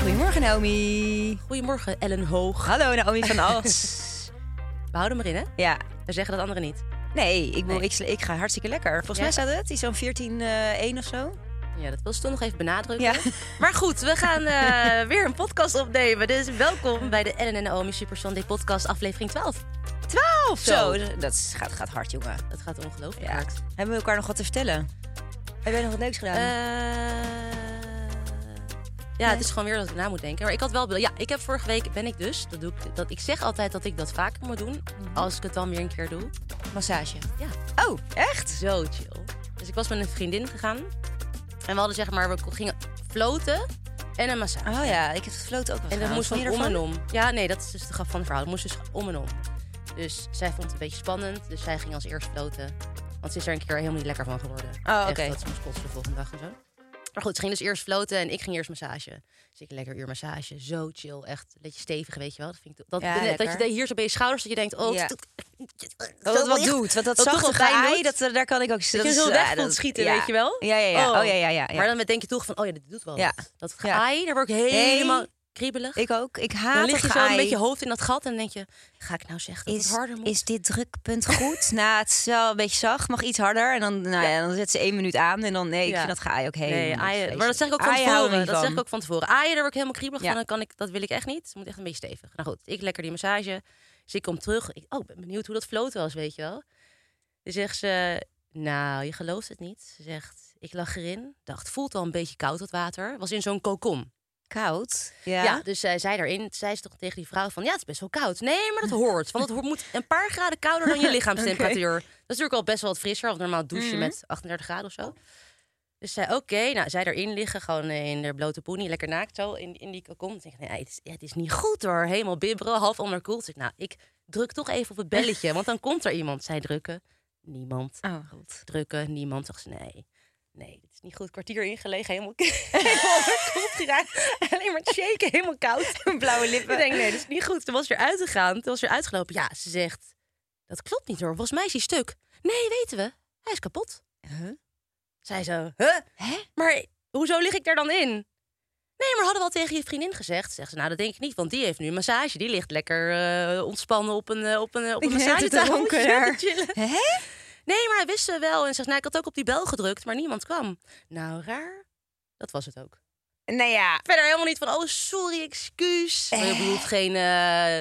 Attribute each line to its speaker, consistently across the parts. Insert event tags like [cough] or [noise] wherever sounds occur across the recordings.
Speaker 1: Goedemorgen Naomi.
Speaker 2: Goedemorgen, Ellen Hoog.
Speaker 1: Hallo Naomi van
Speaker 2: [laughs]
Speaker 1: As.
Speaker 2: We houden maar in, hè?
Speaker 1: ja.
Speaker 2: We zeggen dat anderen niet.
Speaker 1: Nee, ik, bedoel,
Speaker 2: Nee.
Speaker 1: Ik, sla- ik ga hartstikke lekker. Volgens
Speaker 2: Ja.
Speaker 1: mij staat het iets zo'n 14-1 of zo.
Speaker 2: Ja, dat wil ze toch nog even benadrukken. [laughs]
Speaker 1: Ja.
Speaker 2: Maar goed, we gaan eh, [laughs] weer een podcast opnemen. Dus welkom bij de Ellen en Naomi Super Sunday podcast, aflevering 12.
Speaker 1: 12! Zo, dus
Speaker 2: Zo.
Speaker 1: dat is- gaat, gaat hard jongen.
Speaker 2: Dat gaat ongelooflijk
Speaker 1: Ja.
Speaker 2: hard.
Speaker 1: Hebben we elkaar nog wat te vertellen? Heb jij nog wat leuks gedaan?
Speaker 2: Eh, ja, Eh, het is gewoon weer dat ik na moet denken. Maar ik had wel... be- Ja, ik heb vorige week, ben ik dus... Dat doe ik, dat, ik zeg altijd dat ik dat vaker moet doen. Als ik het dan weer een keer doe.
Speaker 1: Massage.
Speaker 2: Ja,
Speaker 1: Oh, echt?
Speaker 2: zo chill. Dus ik was met een vriendin gegaan. En we hadden zeg maar, we gingen floten en een massage.
Speaker 1: Oh ja, ik heb het floot ook Ah, wel
Speaker 2: En dat
Speaker 1: gedaan.
Speaker 2: moest
Speaker 1: Vond
Speaker 2: van
Speaker 1: je
Speaker 2: om
Speaker 1: ervan?
Speaker 2: en om. Ja, nee, dat is dus de grap van het verhaal. Het moest dus om en om. Dus zij vond het een beetje spannend. Dus zij ging als eerst floten. Want ze is er een keer helemaal niet lekker van geworden.
Speaker 1: Oh,
Speaker 2: Echt,
Speaker 1: oké.
Speaker 2: dat ze moest kotsen de volgende dag en zo. Maar goed, ze ging dus eerst floten en ik ging eerst massage. Dus ik een lekker uur massage. Zo chill. Echt een beetje stevig, weet je wel. Dat, vind ik, dat,
Speaker 1: Ja,
Speaker 2: dat,
Speaker 1: lekker.
Speaker 2: je hier zo bij je schouders, dat je denkt... Oh,
Speaker 1: Ja.
Speaker 2: het doet-
Speaker 1: Dat dat wat
Speaker 2: echt-
Speaker 1: doet, want dat,
Speaker 2: dat
Speaker 1: zachte
Speaker 2: toch wel pijn
Speaker 1: geaai,
Speaker 2: doet.
Speaker 1: dat, eh, daar kan ik ook...
Speaker 2: Dat, je zo
Speaker 1: is-
Speaker 2: weg
Speaker 1: ah,
Speaker 2: voelt
Speaker 1: dat-
Speaker 2: schieten,
Speaker 1: ja.
Speaker 2: weet je wel?
Speaker 1: Ja, ja, ja. Oh, ja, ja, ja. ja.
Speaker 2: Maar dan denk je toch van, oh ja, dit doet wel
Speaker 1: Ja.
Speaker 2: wat. Dat geaai, daar word ik helemaal kriebelig.
Speaker 1: Ik ook. Ik haat
Speaker 2: dan lig je
Speaker 1: het
Speaker 2: zo
Speaker 1: geaai.
Speaker 2: een beetje hoofd in dat gat en dan denk je, ga ik nou zeggen dat
Speaker 1: Is,
Speaker 2: het harder moet?
Speaker 1: is dit drukpunt goed? [laughs] nou, het is wel een beetje zacht, mag iets harder. En dan, nou, ja. dan zet ze één minuut aan en dan, nee, ik
Speaker 2: Ja.
Speaker 1: vind dat gaai ook helemaal
Speaker 2: nee, aaien,
Speaker 1: vreselijk.
Speaker 2: maar dat zeg ik ook van
Speaker 1: Aaien houden we
Speaker 2: tevoren.
Speaker 1: niet
Speaker 2: Dat zeg
Speaker 1: van.
Speaker 2: ik ook van tevoren. Aaien, daar word ik helemaal kriebelig
Speaker 1: Ja.
Speaker 2: van. Dan kan ik, dat wil ik echt niet. Het moet echt een beetje stevig. Nou goed, ik lekker die massage. Dus ik kom terug. Ik, oh, ik ben benieuwd hoe dat floot was, weet je wel. Dan zegt ze, nou, je gelooft het niet. Ze zegt, ik lag erin. Dacht, voelt al een beetje koud dat water. Was in zo'n kokom.
Speaker 1: Koud?
Speaker 2: Ja.
Speaker 1: Ja.
Speaker 2: dus zij zei daarin, toen zei ze toch tegen die vrouw van... ja, het is best wel koud. Nee, maar dat hoort. Want het hoort- moet een paar graden
Speaker 1: [laughs]
Speaker 2: kouder dan je lichaamstemperatuur. Dat is natuurlijk al best wel wat frisser. Want normaal douche je
Speaker 1: Mhm.
Speaker 2: met 38 graden of zo. Dus zij, oké, nou, zij daarin liggen, gewoon eh, in de blote poenie, lekker naakt zo, in, in die kokom. Ik denk, nee, het is, het is niet goed hoor, helemaal bibberen, half onderkoeld. Dus ik, nou, ik druk toch even op het belletje, want dan komt er iemand. Zij drukken, niemand
Speaker 1: Oh, goed.
Speaker 2: drukken. Niemand zegt ze, nee, nee, dit is niet goed. Kwartier ingelegen, helemaal, [laughs] helemaal onderkoeld geraakt. Alleen maar shaken, helemaal koud.
Speaker 1: [laughs] Blauwe
Speaker 2: Ik
Speaker 1: lippen.
Speaker 2: denk, nee, dat is niet goed. Toen was ze eruit gegaan, toen was ze eruit gelopen. Ja, ze zegt, dat klopt niet hoor, volgens mij is hij stuk. Nee, weten we, hij is kapot.
Speaker 1: Huh?
Speaker 2: Zij zo, huh? Maar hoezo lig ik daar dan in? Nee, maar hadden we al tegen je vriendin gezegd? Zegt ze, nou dat denk ik niet, want die heeft nu een massage. Die ligt lekker eh, ontspannen op een, eh, op een,
Speaker 1: [laughs]
Speaker 2: op een
Speaker 1: Die heeft het
Speaker 2: massagetafel.
Speaker 1: dronken
Speaker 2: Zitten
Speaker 1: daar.
Speaker 2: chillen.
Speaker 1: Hè?
Speaker 2: Nee, maar hij wist ze wel. En ze zegt, nou, ik had ook op die bel gedrukt, maar niemand kwam. Nou, raar. Dat was het ook.
Speaker 1: Nou ja.
Speaker 2: Verder helemaal niet van, oh, sorry, excuus. Maar je bedoelt geen eh,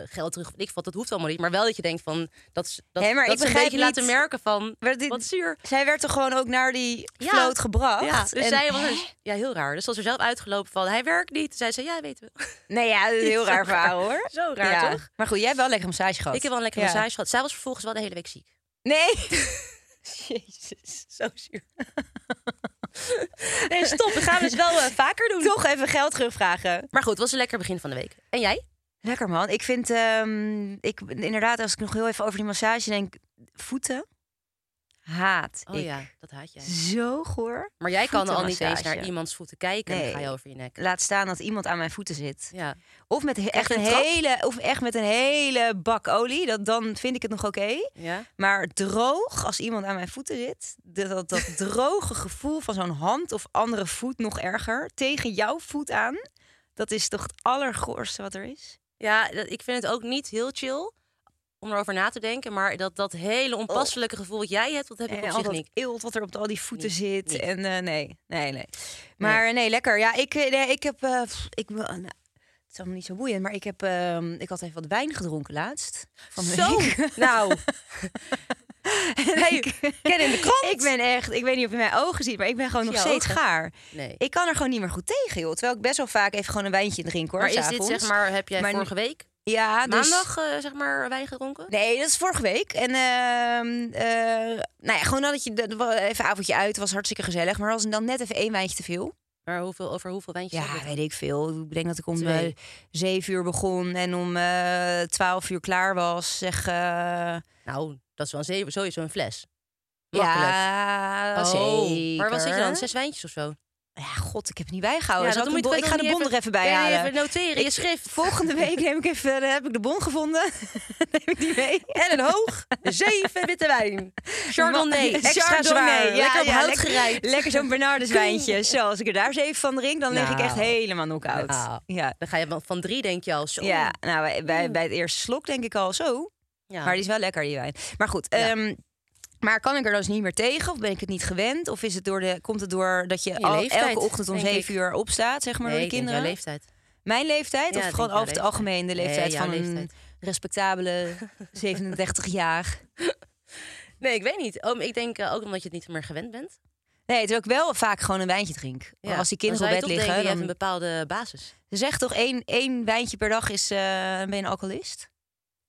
Speaker 2: eh, geld terug. Ik vond, dat hoeft allemaal niet. Maar wel dat je denkt van, dat, is- dat,
Speaker 1: Nee, maar
Speaker 2: dat
Speaker 1: ik
Speaker 2: ze een
Speaker 1: begrijp
Speaker 2: beetje laten
Speaker 1: niet-
Speaker 2: merken van,
Speaker 1: Maar dit-
Speaker 2: wat zuur.
Speaker 1: Zij werd toch gewoon ook naar die
Speaker 2: Ja.
Speaker 1: vloot gebracht?
Speaker 2: Ja, dus
Speaker 1: En-
Speaker 2: zij was
Speaker 1: Hè?
Speaker 2: dus- ja, heel raar. Dus ze was er zelf uitgelopen van, hij werkt niet. Zij zei, ja, weten we.
Speaker 1: Nee, ja, dat is een heel
Speaker 2: Zo
Speaker 1: raar verhaal hoor.
Speaker 2: Zo raar,
Speaker 1: Ja.
Speaker 2: toch?
Speaker 1: Maar goed, jij hebt wel lekker massage gehad.
Speaker 2: [laughs] Ik heb wel een lekkere
Speaker 1: Ja.
Speaker 2: massage gehad. Zij was vervolgens wel de hele week ziek.
Speaker 1: Nee.
Speaker 2: [laughs] Jezus, zo zuur. nee, stop. We gaan dus wel eh, vaker doen.
Speaker 1: Toch even geld terugvragen.
Speaker 2: [laughs] Maar goed, het was een lekker begin van de week. En jij?
Speaker 1: Lekker man. Ik vind, ehm, ik, inderdaad, als ik nog heel even over die massage denk, voeten. haat
Speaker 2: Oh
Speaker 1: ik
Speaker 2: ja, dat haat jij.
Speaker 1: zo goor.
Speaker 2: Maar jij kan al niet eens
Speaker 1: Voetenmassage.
Speaker 2: naar iemands voeten kijken en dan
Speaker 1: Nee.
Speaker 2: ga je over je nek.
Speaker 1: Laat staan dat iemand aan mijn voeten zit.
Speaker 2: Ja.
Speaker 1: Of met, he- echt
Speaker 2: je
Speaker 1: een
Speaker 2: een trap?
Speaker 1: hele, of echt met een hele bak olie. Dat, dan vind ik het nog oké.
Speaker 2: Ja?
Speaker 1: Maar droog, als iemand aan mijn voeten zit, de- dat,
Speaker 2: [laughs]
Speaker 1: dat droge gevoel van zo'n hand of andere voet nog erger tegen jouw voet aan, dat is toch het allergoorste wat er is?
Speaker 2: Ja, dat, ik vind het ook niet heel chill om erover na te denken. Maar dat, dat hele
Speaker 1: Oh.
Speaker 2: onpasselijke gevoel wat jij hebt, dat heb ik
Speaker 1: en
Speaker 2: op
Speaker 1: al
Speaker 2: zich
Speaker 1: dat
Speaker 2: niet.
Speaker 1: eelt wat er op al die voeten
Speaker 2: Niet,
Speaker 1: zit.
Speaker 2: niet.
Speaker 1: En eh, nee, nee, nee. Maar nee, lekker. Ja, ik, eh, nee, ik heb. eh, pff, ik, wil- nou, het is allemaal niet zo boeiend, maar ik heb. ehm, ik had even wat wijn gedronken laatst. Van de
Speaker 2: Zo,
Speaker 1: week.
Speaker 2: [laughs] nou,
Speaker 1: En ik,
Speaker 2: ken in de krant.
Speaker 1: ik ben echt. Ik weet niet of je mijn ogen ziet, maar ik ben gewoon
Speaker 2: zie
Speaker 1: nog
Speaker 2: je
Speaker 1: steeds
Speaker 2: ogen.
Speaker 1: gaar.
Speaker 2: Nee.
Speaker 1: Ik kan er gewoon niet meer goed tegen, joh. Terwijl ik best wel vaak even gewoon een wijntje drink, hoor.
Speaker 2: maar is dit
Speaker 1: s'avonds.
Speaker 2: zeg maar, heb jij
Speaker 1: Maar nu-
Speaker 2: vorige week,
Speaker 1: Ja, dus-
Speaker 2: maandag eh, zeg maar, wijn gedronken?
Speaker 1: Nee, dat is vorige week. En ehm, eh, nou ja, gewoon dat je dat was even een avondje uit was hartstikke gezellig, maar was dan net even één wijntje te veel.
Speaker 2: Maar hoeveel, over hoeveel wijntjes heb
Speaker 1: Ja,
Speaker 2: je?
Speaker 1: weet ik veel. Ik denk dat ik om
Speaker 2: Twee.
Speaker 1: eh, zeven uur begon en om eh, twaalf uur klaar was. Zeg, eh,
Speaker 2: Nou, dat is wel een zeven, sowieso een fles. Makkelijk.
Speaker 1: ja,
Speaker 2: Oh, maar wat zit je dan?
Speaker 1: zeker.
Speaker 2: Zes wijntjes of zo?
Speaker 1: Ja, god, ik heb het niet bijgehouden. Zal
Speaker 2: dat
Speaker 1: ik, een
Speaker 2: moet-
Speaker 1: bon- ik
Speaker 2: dat
Speaker 1: ga de
Speaker 2: moet
Speaker 1: bon
Speaker 2: je
Speaker 1: er even bij
Speaker 2: Kun je die
Speaker 1: halen.
Speaker 2: Even noteren in je
Speaker 1: Ik-
Speaker 2: schrift.
Speaker 1: Volgende week neem ik even, eh, heb ik de bon gevonden. [laughs] neem ik die mee.
Speaker 2: En een [laughs] hoog, zeven witte wijn. Chardonnay,
Speaker 1: Ma-
Speaker 2: extra
Speaker 1: Chardonnay,
Speaker 2: zwaar.
Speaker 1: ja,
Speaker 2: lekker op
Speaker 1: ja,
Speaker 2: hout
Speaker 1: lekker-
Speaker 2: gerijpt.
Speaker 1: Lekker zo'n Bernardus wijntje. Zo, als ik er daar zeven van drink, dan lig ik echt
Speaker 2: Nou.
Speaker 1: helemaal knock-out.
Speaker 2: Nou.
Speaker 1: Ja.
Speaker 2: Dan ga je wel van drie, denk je al. Zo.
Speaker 1: Ja, nou, bij- bij, bij het eerste slok denk ik al zo.
Speaker 2: Nou. Ja.
Speaker 1: Maar die is wel lekker, die wijn. Maar goed, ehm, maar kan ik er dus niet meer tegen? Of ben ik het niet gewend? Of is het door de, komt het door dat je
Speaker 2: Je
Speaker 1: al-
Speaker 2: leeftijd,
Speaker 1: elke ochtend om
Speaker 2: denk
Speaker 1: zeven
Speaker 2: ik.
Speaker 1: uur opstaat, zeg maar,
Speaker 2: nee,
Speaker 1: door
Speaker 2: ik
Speaker 1: de
Speaker 2: denk jouw
Speaker 1: kinderen?
Speaker 2: leeftijd.
Speaker 1: Mijn leeftijd?
Speaker 2: Ja, ik
Speaker 1: of
Speaker 2: denk
Speaker 1: gewoon
Speaker 2: jouw
Speaker 1: over het
Speaker 2: leeftijd.
Speaker 1: algemeen de
Speaker 2: Nee,
Speaker 1: leeftijd
Speaker 2: jouw
Speaker 1: van
Speaker 2: leeftijd.
Speaker 1: een
Speaker 2: [laughs]
Speaker 1: respectabele 37 jaar?
Speaker 2: Nee, ik weet niet. Oh, maar ik denk eh, ook omdat je het niet meer gewend bent.
Speaker 1: Nee, terwijl ik wel vaak gewoon een wijntje drink.
Speaker 2: Ja.
Speaker 1: Als die
Speaker 2: Dan
Speaker 1: kinderen
Speaker 2: zou
Speaker 1: op bed
Speaker 2: je toch denken,
Speaker 1: liggen,
Speaker 2: je hebt
Speaker 1: dan
Speaker 2: een bepaalde basis.
Speaker 1: zeg toch één, één wijntje per dag is, eh, dan ben je een alcoholist?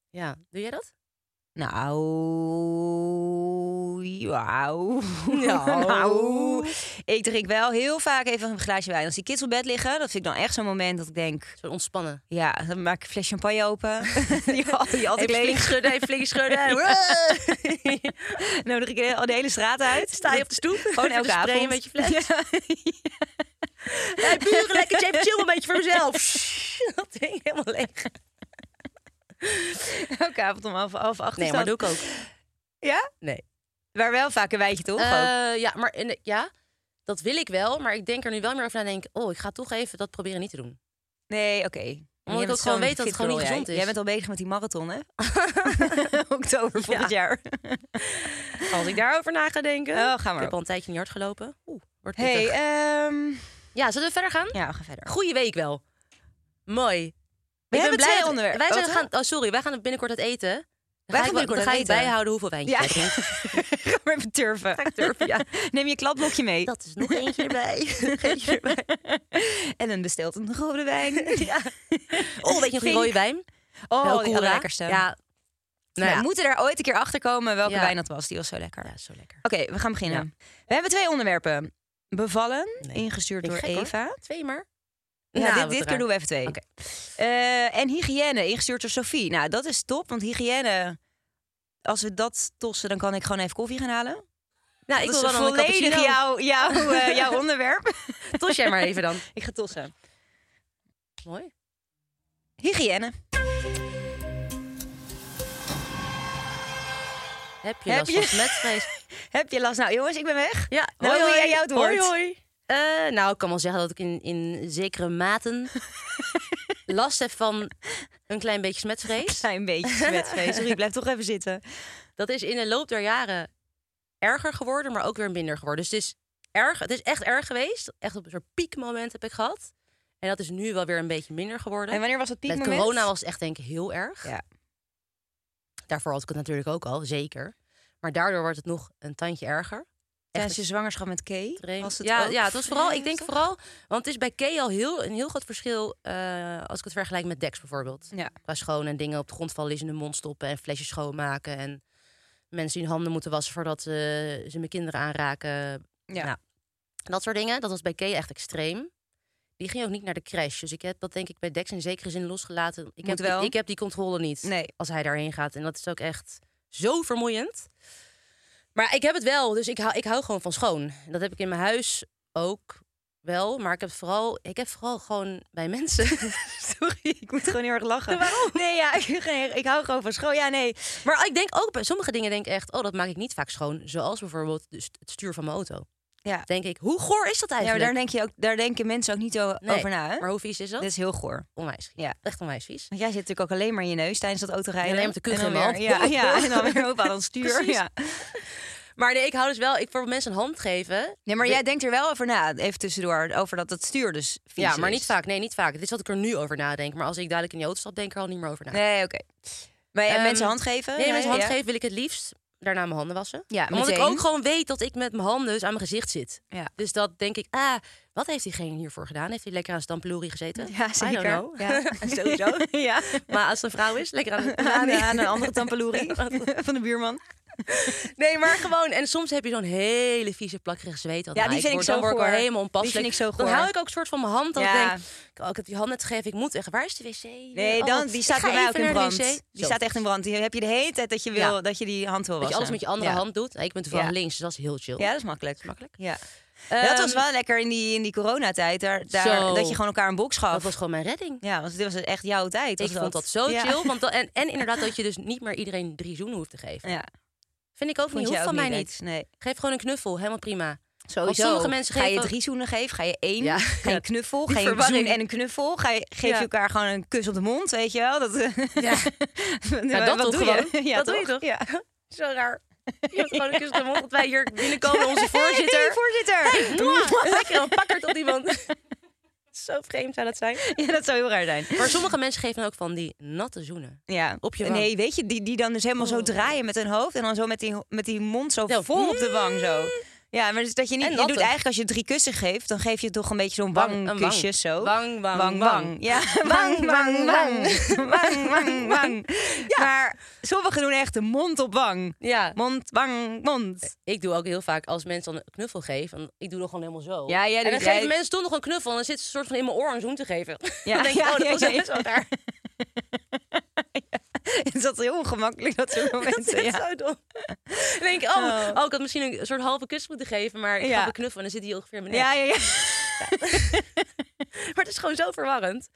Speaker 2: Ja, doe jij dat?
Speaker 1: Nou, wauw.
Speaker 2: Nou.
Speaker 1: [laughs] Nou. Ik drink wel heel vaak even een glaasje wijn. Als die kids op bed liggen, dat vind ik dan echt zo'n moment dat ik denk...
Speaker 2: Zo ontspannen.
Speaker 1: Ja, dan maak ik een fles champagne
Speaker 2: [laughs]
Speaker 1: open. die had die had ik
Speaker 2: Even flink
Speaker 1: leeg. [laughs]
Speaker 2: schudden, even flink [laughs] schudden.
Speaker 1: Nodig Nou, ik de- al de hele straat uit.
Speaker 2: [laughs] Sta je op de stoep?
Speaker 1: [laughs] Gewoon
Speaker 2: Even
Speaker 1: elke
Speaker 2: te
Speaker 1: avond.
Speaker 2: sprayen met je [laughs] fles.
Speaker 1: Ja.
Speaker 2: Hey, buren, lekker even chill een beetje voor [laughs] mezelf. dat ding helemaal leeg.
Speaker 1: [laughs] elke avond om half, half acht.
Speaker 2: Nee,
Speaker 1: is
Speaker 2: maar doe
Speaker 1: dat.
Speaker 2: ik ook.
Speaker 1: Ja?
Speaker 2: Nee.
Speaker 1: Maar wel vaak een wijntje, toch? Ook.
Speaker 2: Eh, ja, maar in de- ja, dat wil ik wel. Maar ik denk er nu wel meer over na. Denk, oh, ik ga toch even dat proberen niet te doen.
Speaker 1: Nee, oké.
Speaker 2: Omdat
Speaker 1: Jij bent
Speaker 2: ik ook gewoon
Speaker 1: zo'n
Speaker 2: weet dat
Speaker 1: fit
Speaker 2: het gewoon niet
Speaker 1: girl, jij.
Speaker 2: gezond is.
Speaker 1: Jij bent al bezig met die marathon,
Speaker 2: [laughs]
Speaker 1: hè? Oktober volgend jaar.
Speaker 2: Als ik daarover na ga denken.
Speaker 1: Oh, ga
Speaker 2: Ik
Speaker 1: maar
Speaker 2: heb
Speaker 1: op.
Speaker 2: al een tijdje niet hard gelopen. Oeh, wordt
Speaker 1: Hey,
Speaker 2: pittig.
Speaker 1: ehm,
Speaker 2: Ja, zullen we verder gaan?
Speaker 1: ja, we gaan verder.
Speaker 2: Goeie week wel. Mooi.
Speaker 1: We hebben twee
Speaker 2: dat-
Speaker 1: onderwerpen.
Speaker 2: Wij zijn
Speaker 1: Wat
Speaker 2: gaan, oh, sorry, wij gaan binnenkort uit eten.
Speaker 1: Wij
Speaker 2: Dan ga
Speaker 1: gaan
Speaker 2: ik wel-
Speaker 1: binnenkort
Speaker 2: dan
Speaker 1: uit
Speaker 2: ga ik
Speaker 1: eten.
Speaker 2: bijhouden hoeveel wijntje
Speaker 1: Ja.
Speaker 2: jij drinkt.
Speaker 1: [laughs] Ga maar even turven.
Speaker 2: turven, ja.
Speaker 1: [laughs] Neem je kladblokje mee.
Speaker 2: Dat is nog eentje erbij. Eentje erbij.
Speaker 1: [laughs] En dan bestelt een rode wijn.
Speaker 2: [laughs]
Speaker 1: [laughs]
Speaker 2: Ja. Oh, weet je nog die
Speaker 1: Vink.
Speaker 2: rode wijn?
Speaker 1: Oh,
Speaker 2: Wel
Speaker 1: die
Speaker 2: Cura.
Speaker 1: allerlekkerste.
Speaker 2: Ja. Nou
Speaker 1: We
Speaker 2: ja.
Speaker 1: moeten daar ooit een keer achter komen welke
Speaker 2: Ja.
Speaker 1: wijn dat was. Die was zo lekker.
Speaker 2: Ja, zo lekker.
Speaker 1: Oké, we gaan beginnen. We hebben twee onderwerpen. Bevallen, ingestuurd
Speaker 2: Vind
Speaker 1: door
Speaker 2: ik gek, hoor.
Speaker 1: Eva.
Speaker 2: Twee maar.
Speaker 1: Ja,
Speaker 2: Nou,
Speaker 1: dit,
Speaker 2: wat
Speaker 1: dit keer
Speaker 2: raar.
Speaker 1: doen we even twee.
Speaker 2: Oké.
Speaker 1: Eh, en hygiëne, ingestuurd door Sophie. Nou, dat is top, want hygiëne... Als we dat tossen, dan kan ik gewoon even koffie gaan halen.
Speaker 2: Nou, ik
Speaker 1: dat
Speaker 2: wil
Speaker 1: is
Speaker 2: dan een
Speaker 1: volledig
Speaker 2: cappuccino.
Speaker 1: jouw, jouw,
Speaker 2: [laughs]
Speaker 1: eh, jouw onderwerp.
Speaker 2: Tos jij maar
Speaker 1: [laughs]
Speaker 2: even dan.
Speaker 1: Ik ga tossen.
Speaker 2: Mooi.
Speaker 1: Hygiëne.
Speaker 2: Heb je
Speaker 1: Heb
Speaker 2: last
Speaker 1: je-
Speaker 2: van smetvrees?
Speaker 1: [laughs] Heb je last? Nou, jongens, ik ben weg.
Speaker 2: Ja,
Speaker 1: Nou, wil jij jou het woord?
Speaker 2: Hoi, hoi. Eh, nou, ik kan wel zeggen dat ik in, in zekere
Speaker 1: [laughs]
Speaker 2: maten last heb van een klein beetje
Speaker 1: [laughs]
Speaker 2: smetvrees.
Speaker 1: Klein
Speaker 2: [laughs]
Speaker 1: beetje smetvrees. Sorry, ik blijf toch even zitten.
Speaker 2: Dat is in de loop der jaren erger geworden, maar ook weer minder geworden. Dus het is, erg, het is echt erg geweest. Echt op een soort piekmoment heb ik gehad. En dat is nu wel weer een beetje minder geworden.
Speaker 1: En wanneer was het
Speaker 2: Met
Speaker 1: piekmoment?
Speaker 2: corona was het echt denk ik heel erg.
Speaker 1: Ja.
Speaker 2: Daarvoor had ik het natuurlijk ook al, zeker. Maar daardoor wordt het nog een tandje erger.
Speaker 1: Tijdens je zwangerschap met Kay?
Speaker 2: Train-
Speaker 1: Was het
Speaker 2: ja,
Speaker 1: ook
Speaker 2: ja, het was vooral, ik denk
Speaker 1: heftig?
Speaker 2: vooral, want het is bij Kay al heel, een heel groot verschil eh, als ik het vergelijk met Dex bijvoorbeeld.
Speaker 1: Ja.
Speaker 2: Qua schoon en dingen op de grond vallen, is in de mond stoppen en flesjes schoonmaken. En mensen die hun handen moeten wassen voordat eh, ze mijn kinderen aanraken.
Speaker 1: Ja.
Speaker 2: Nou, dat soort dingen, dat was bij Kay echt extreem. Die ging ook niet naar de crash. Dus ik heb dat denk ik bij Dex in zekere zin losgelaten. Ik,
Speaker 1: Moet
Speaker 2: heb, die-
Speaker 1: wel.
Speaker 2: ik heb die controle niet
Speaker 1: Nee.
Speaker 2: als hij daarheen gaat. En dat is ook echt zo vermoeiend. Maar ik heb het wel, dus ik hou, ik hou gewoon van schoon. En Dat heb ik in mijn huis ook wel, maar ik heb vooral, ik heb vooral gewoon bij mensen. [laughs] Sorry.
Speaker 1: Ik moet gewoon heel erg lachen. Waarom? Nee,
Speaker 2: [laughs]
Speaker 1: ja, ik, ik hou gewoon van schoon. Ja, nee.
Speaker 2: Maar ik denk ook bij sommige dingen denk ik echt, oh dat maak ik niet vaak schoon, zoals bijvoorbeeld dus het stuur van mijn auto.
Speaker 1: Ja.
Speaker 2: Denk ik, hoe goor is dat
Speaker 1: Ja, maar
Speaker 2: eigenlijk?
Speaker 1: daar, denk je ook, daar denken mensen ook niet o-
Speaker 2: Nee,
Speaker 1: over na, hè?
Speaker 2: Maar hoe vies is dat?
Speaker 1: Dat is heel goor.
Speaker 2: Onwijs. vies.
Speaker 1: Ja.
Speaker 2: Echt onwijs vies.
Speaker 1: Want jij zit natuurlijk ook alleen maar in je neus tijdens dat autorijden.
Speaker 2: Ja, alleen maar te kuchen
Speaker 1: En dan
Speaker 2: in mijn
Speaker 1: weer- Ja,
Speaker 2: hand.
Speaker 1: ja, en dan
Speaker 2: [laughs]
Speaker 1: weer op aan het stuur.
Speaker 2: Precies.
Speaker 1: Ja.
Speaker 2: Maar nee, ik hou dus wel, ik bijvoorbeeld mensen een hand geven.
Speaker 1: Nee, maar jij denkt er wel over na, even tussendoor, over dat het stuur dus vies
Speaker 2: Ja, maar
Speaker 1: is.
Speaker 2: niet vaak. Nee, niet vaak. Dit is wat ik er nu over nadenk. Maar als ik dadelijk in die auto stap, denk ik er al niet meer over na.
Speaker 1: Nee, oké. Maar ja,
Speaker 2: Ehm,
Speaker 1: mensen hand geven?
Speaker 2: Nee,
Speaker 1: Ja,
Speaker 2: mensen
Speaker 1: ja,
Speaker 2: hand
Speaker 1: ja.
Speaker 2: geven wil ik het liefst daarna mijn handen wassen.
Speaker 1: Ja,
Speaker 2: Omdat ik
Speaker 1: meteen.
Speaker 2: ook gewoon weet dat ik met mijn handen dus aan mijn gezicht zit.
Speaker 1: Ja.
Speaker 2: Dus dat denk ik, ah, wat heeft diegene hiervoor gedaan? Heeft hij lekker aan stamploerie gezeten?
Speaker 1: Ja,
Speaker 2: I
Speaker 1: zeker.
Speaker 2: don't know.
Speaker 1: Ja. [laughs]
Speaker 2: Sowieso.
Speaker 1: Ja,
Speaker 2: [laughs] Maar als het een vrouw is, lekker aan [laughs] het
Speaker 1: [laughs] aan, aan een andere
Speaker 2: [laughs]
Speaker 1: tampeloerie [laughs] van de buurman.
Speaker 2: Nee, maar gewoon. En soms heb je zo'n hele vieze plakkerige zweet. al.
Speaker 1: Ja, die
Speaker 2: Nou,
Speaker 1: vind ik
Speaker 2: word-
Speaker 1: zo
Speaker 2: Dan word ik al
Speaker 1: goor.
Speaker 2: helemaal
Speaker 1: Die
Speaker 2: onpasselijk.
Speaker 1: vind ik zo
Speaker 2: Dan
Speaker 1: goor.
Speaker 2: hou ik ook soort van mijn hand. Dat
Speaker 1: Ja.
Speaker 2: ik denk, oh, ik heb die hand net gegeven. Ik moet echt, waar is de wc?
Speaker 1: Nee,
Speaker 2: Oh,
Speaker 1: dan, die
Speaker 2: ik
Speaker 1: staat
Speaker 2: ga
Speaker 1: bij mij ook
Speaker 2: even
Speaker 1: in
Speaker 2: naar de
Speaker 1: brand.
Speaker 2: wc.
Speaker 1: Die
Speaker 2: Zo.
Speaker 1: staat echt in brand. Die heb je de hele tijd dat je wil
Speaker 2: Ja.
Speaker 1: dat je die hand wil
Speaker 2: Dat
Speaker 1: wassen.
Speaker 2: je alles met je andere
Speaker 1: Ja.
Speaker 2: hand doet. Ik ben toevallig
Speaker 1: Ja.
Speaker 2: links, dus dat is heel chill.
Speaker 1: Ja, dat is makkelijk.
Speaker 2: makkelijk.
Speaker 1: Ja. Ja, dat was
Speaker 2: Ehm,
Speaker 1: wel lekker in die, in die coronatijd. Daar, daar,
Speaker 2: Zo.
Speaker 1: dat je gewoon elkaar een box
Speaker 2: Dat
Speaker 1: gaf.
Speaker 2: was gewoon mijn redding.
Speaker 1: Ja, want dit was dus echt jouw tijd.
Speaker 2: Ik
Speaker 1: was
Speaker 2: vond dat zo
Speaker 1: Ja.
Speaker 2: chill. Want dat- en, en inderdaad dat je dus niet meer iedereen drie zoenen hoeft te
Speaker 1: [laughs]
Speaker 2: geven.
Speaker 1: Ja,
Speaker 2: Vind ik ook
Speaker 1: vond
Speaker 2: niet.
Speaker 1: je
Speaker 2: Hoeft
Speaker 1: ook
Speaker 2: van mij
Speaker 1: niet.
Speaker 2: niet.
Speaker 1: Lex. Nee.
Speaker 2: Geef gewoon een knuffel. Helemaal prima.
Speaker 1: Sowieso.
Speaker 2: sommige mensen
Speaker 1: Ga je
Speaker 2: geven-
Speaker 1: drie zoenen geven? Ga je één? [laughs]
Speaker 2: Ja.
Speaker 1: Geen knuffel?
Speaker 2: Die
Speaker 1: Geen zoen
Speaker 2: verwarring.
Speaker 1: en een knuffel? Ga je, geef
Speaker 2: Ja.
Speaker 1: je elkaar gewoon een kus op de mond, weet je wel? Dat, eh, [laughs]
Speaker 2: Ja. Nou, dat
Speaker 1: Wat
Speaker 2: toch
Speaker 1: doe je?
Speaker 2: gewoon.
Speaker 1: [laughs] Ja,
Speaker 2: Dat doe je toch?
Speaker 1: Ja.
Speaker 2: Zo raar. Je hebt gewoon een kus op
Speaker 1: [laughs]
Speaker 2: de mond dat wij hier binnenkomen. Onze voorzitter.
Speaker 1: Hey, voorzitter.
Speaker 2: Mwah! Lekker [laughs] een pakker tot iemand. [laughs] Zo vreemd zou dat zijn.
Speaker 1: [laughs] Ja, dat zou heel raar zijn.
Speaker 2: Maar sommige mensen geven dan ook van die natte zoenen.
Speaker 1: Ja.
Speaker 2: Op je wang.
Speaker 1: nee, weet je, die, die dan dus helemaal zo draaien met hun hoofd en dan zo met die, met die mond zo
Speaker 2: Zo,
Speaker 1: vol op de wang zo. Ja, maar dus Nou, dat je niet.
Speaker 2: En
Speaker 1: Je doet
Speaker 2: nattig.
Speaker 1: eigenlijk als je drie kussen geeft, dan geef je toch een beetje zo'n
Speaker 2: Wang- een
Speaker 1: wangkusje
Speaker 2: wang.
Speaker 1: zo.
Speaker 2: Wang, wang,
Speaker 1: wang,
Speaker 2: wang.
Speaker 1: Ja, [laughs] wang, wang, wang. [laughs] Wang, wang, wang. [laughs] Maar sommigen doen echt de mond op wang.
Speaker 2: Ja,
Speaker 1: Mond, wang, mond. [laughs]
Speaker 2: ik doe ook heel vaak als mensen dan een knuffel geven. dan- Ik doe dan gewoon helemaal zo.
Speaker 1: Ja, jij
Speaker 2: en dan
Speaker 1: doet-
Speaker 2: geven
Speaker 1: jij-
Speaker 2: mensen toch nog een knuffel. En dan zit ze een soort van in mijn oor een zoen te geven. [laughs]
Speaker 1: Ja,
Speaker 2: dan denk ik,
Speaker 1: ja,
Speaker 2: oh, dat
Speaker 1: ja,
Speaker 2: was
Speaker 1: ja,
Speaker 2: echt
Speaker 1: ja.
Speaker 2: best wel [laughs] raar.
Speaker 1: Het is dat heel ongemakkelijk, [laughs] dat soort
Speaker 2: Dat is
Speaker 1: momenten.
Speaker 2: echt
Speaker 1: Ja.
Speaker 2: zo dom. Dan denk ik, oh, oh, ik had misschien een soort halve kus moeten geven. Maar ik
Speaker 1: Ja.
Speaker 2: gaf een knuffel en dan zit die ongeveer in mijn nek.
Speaker 1: Ja, ja, ja.
Speaker 2: Maar het is gewoon zo verwarrend.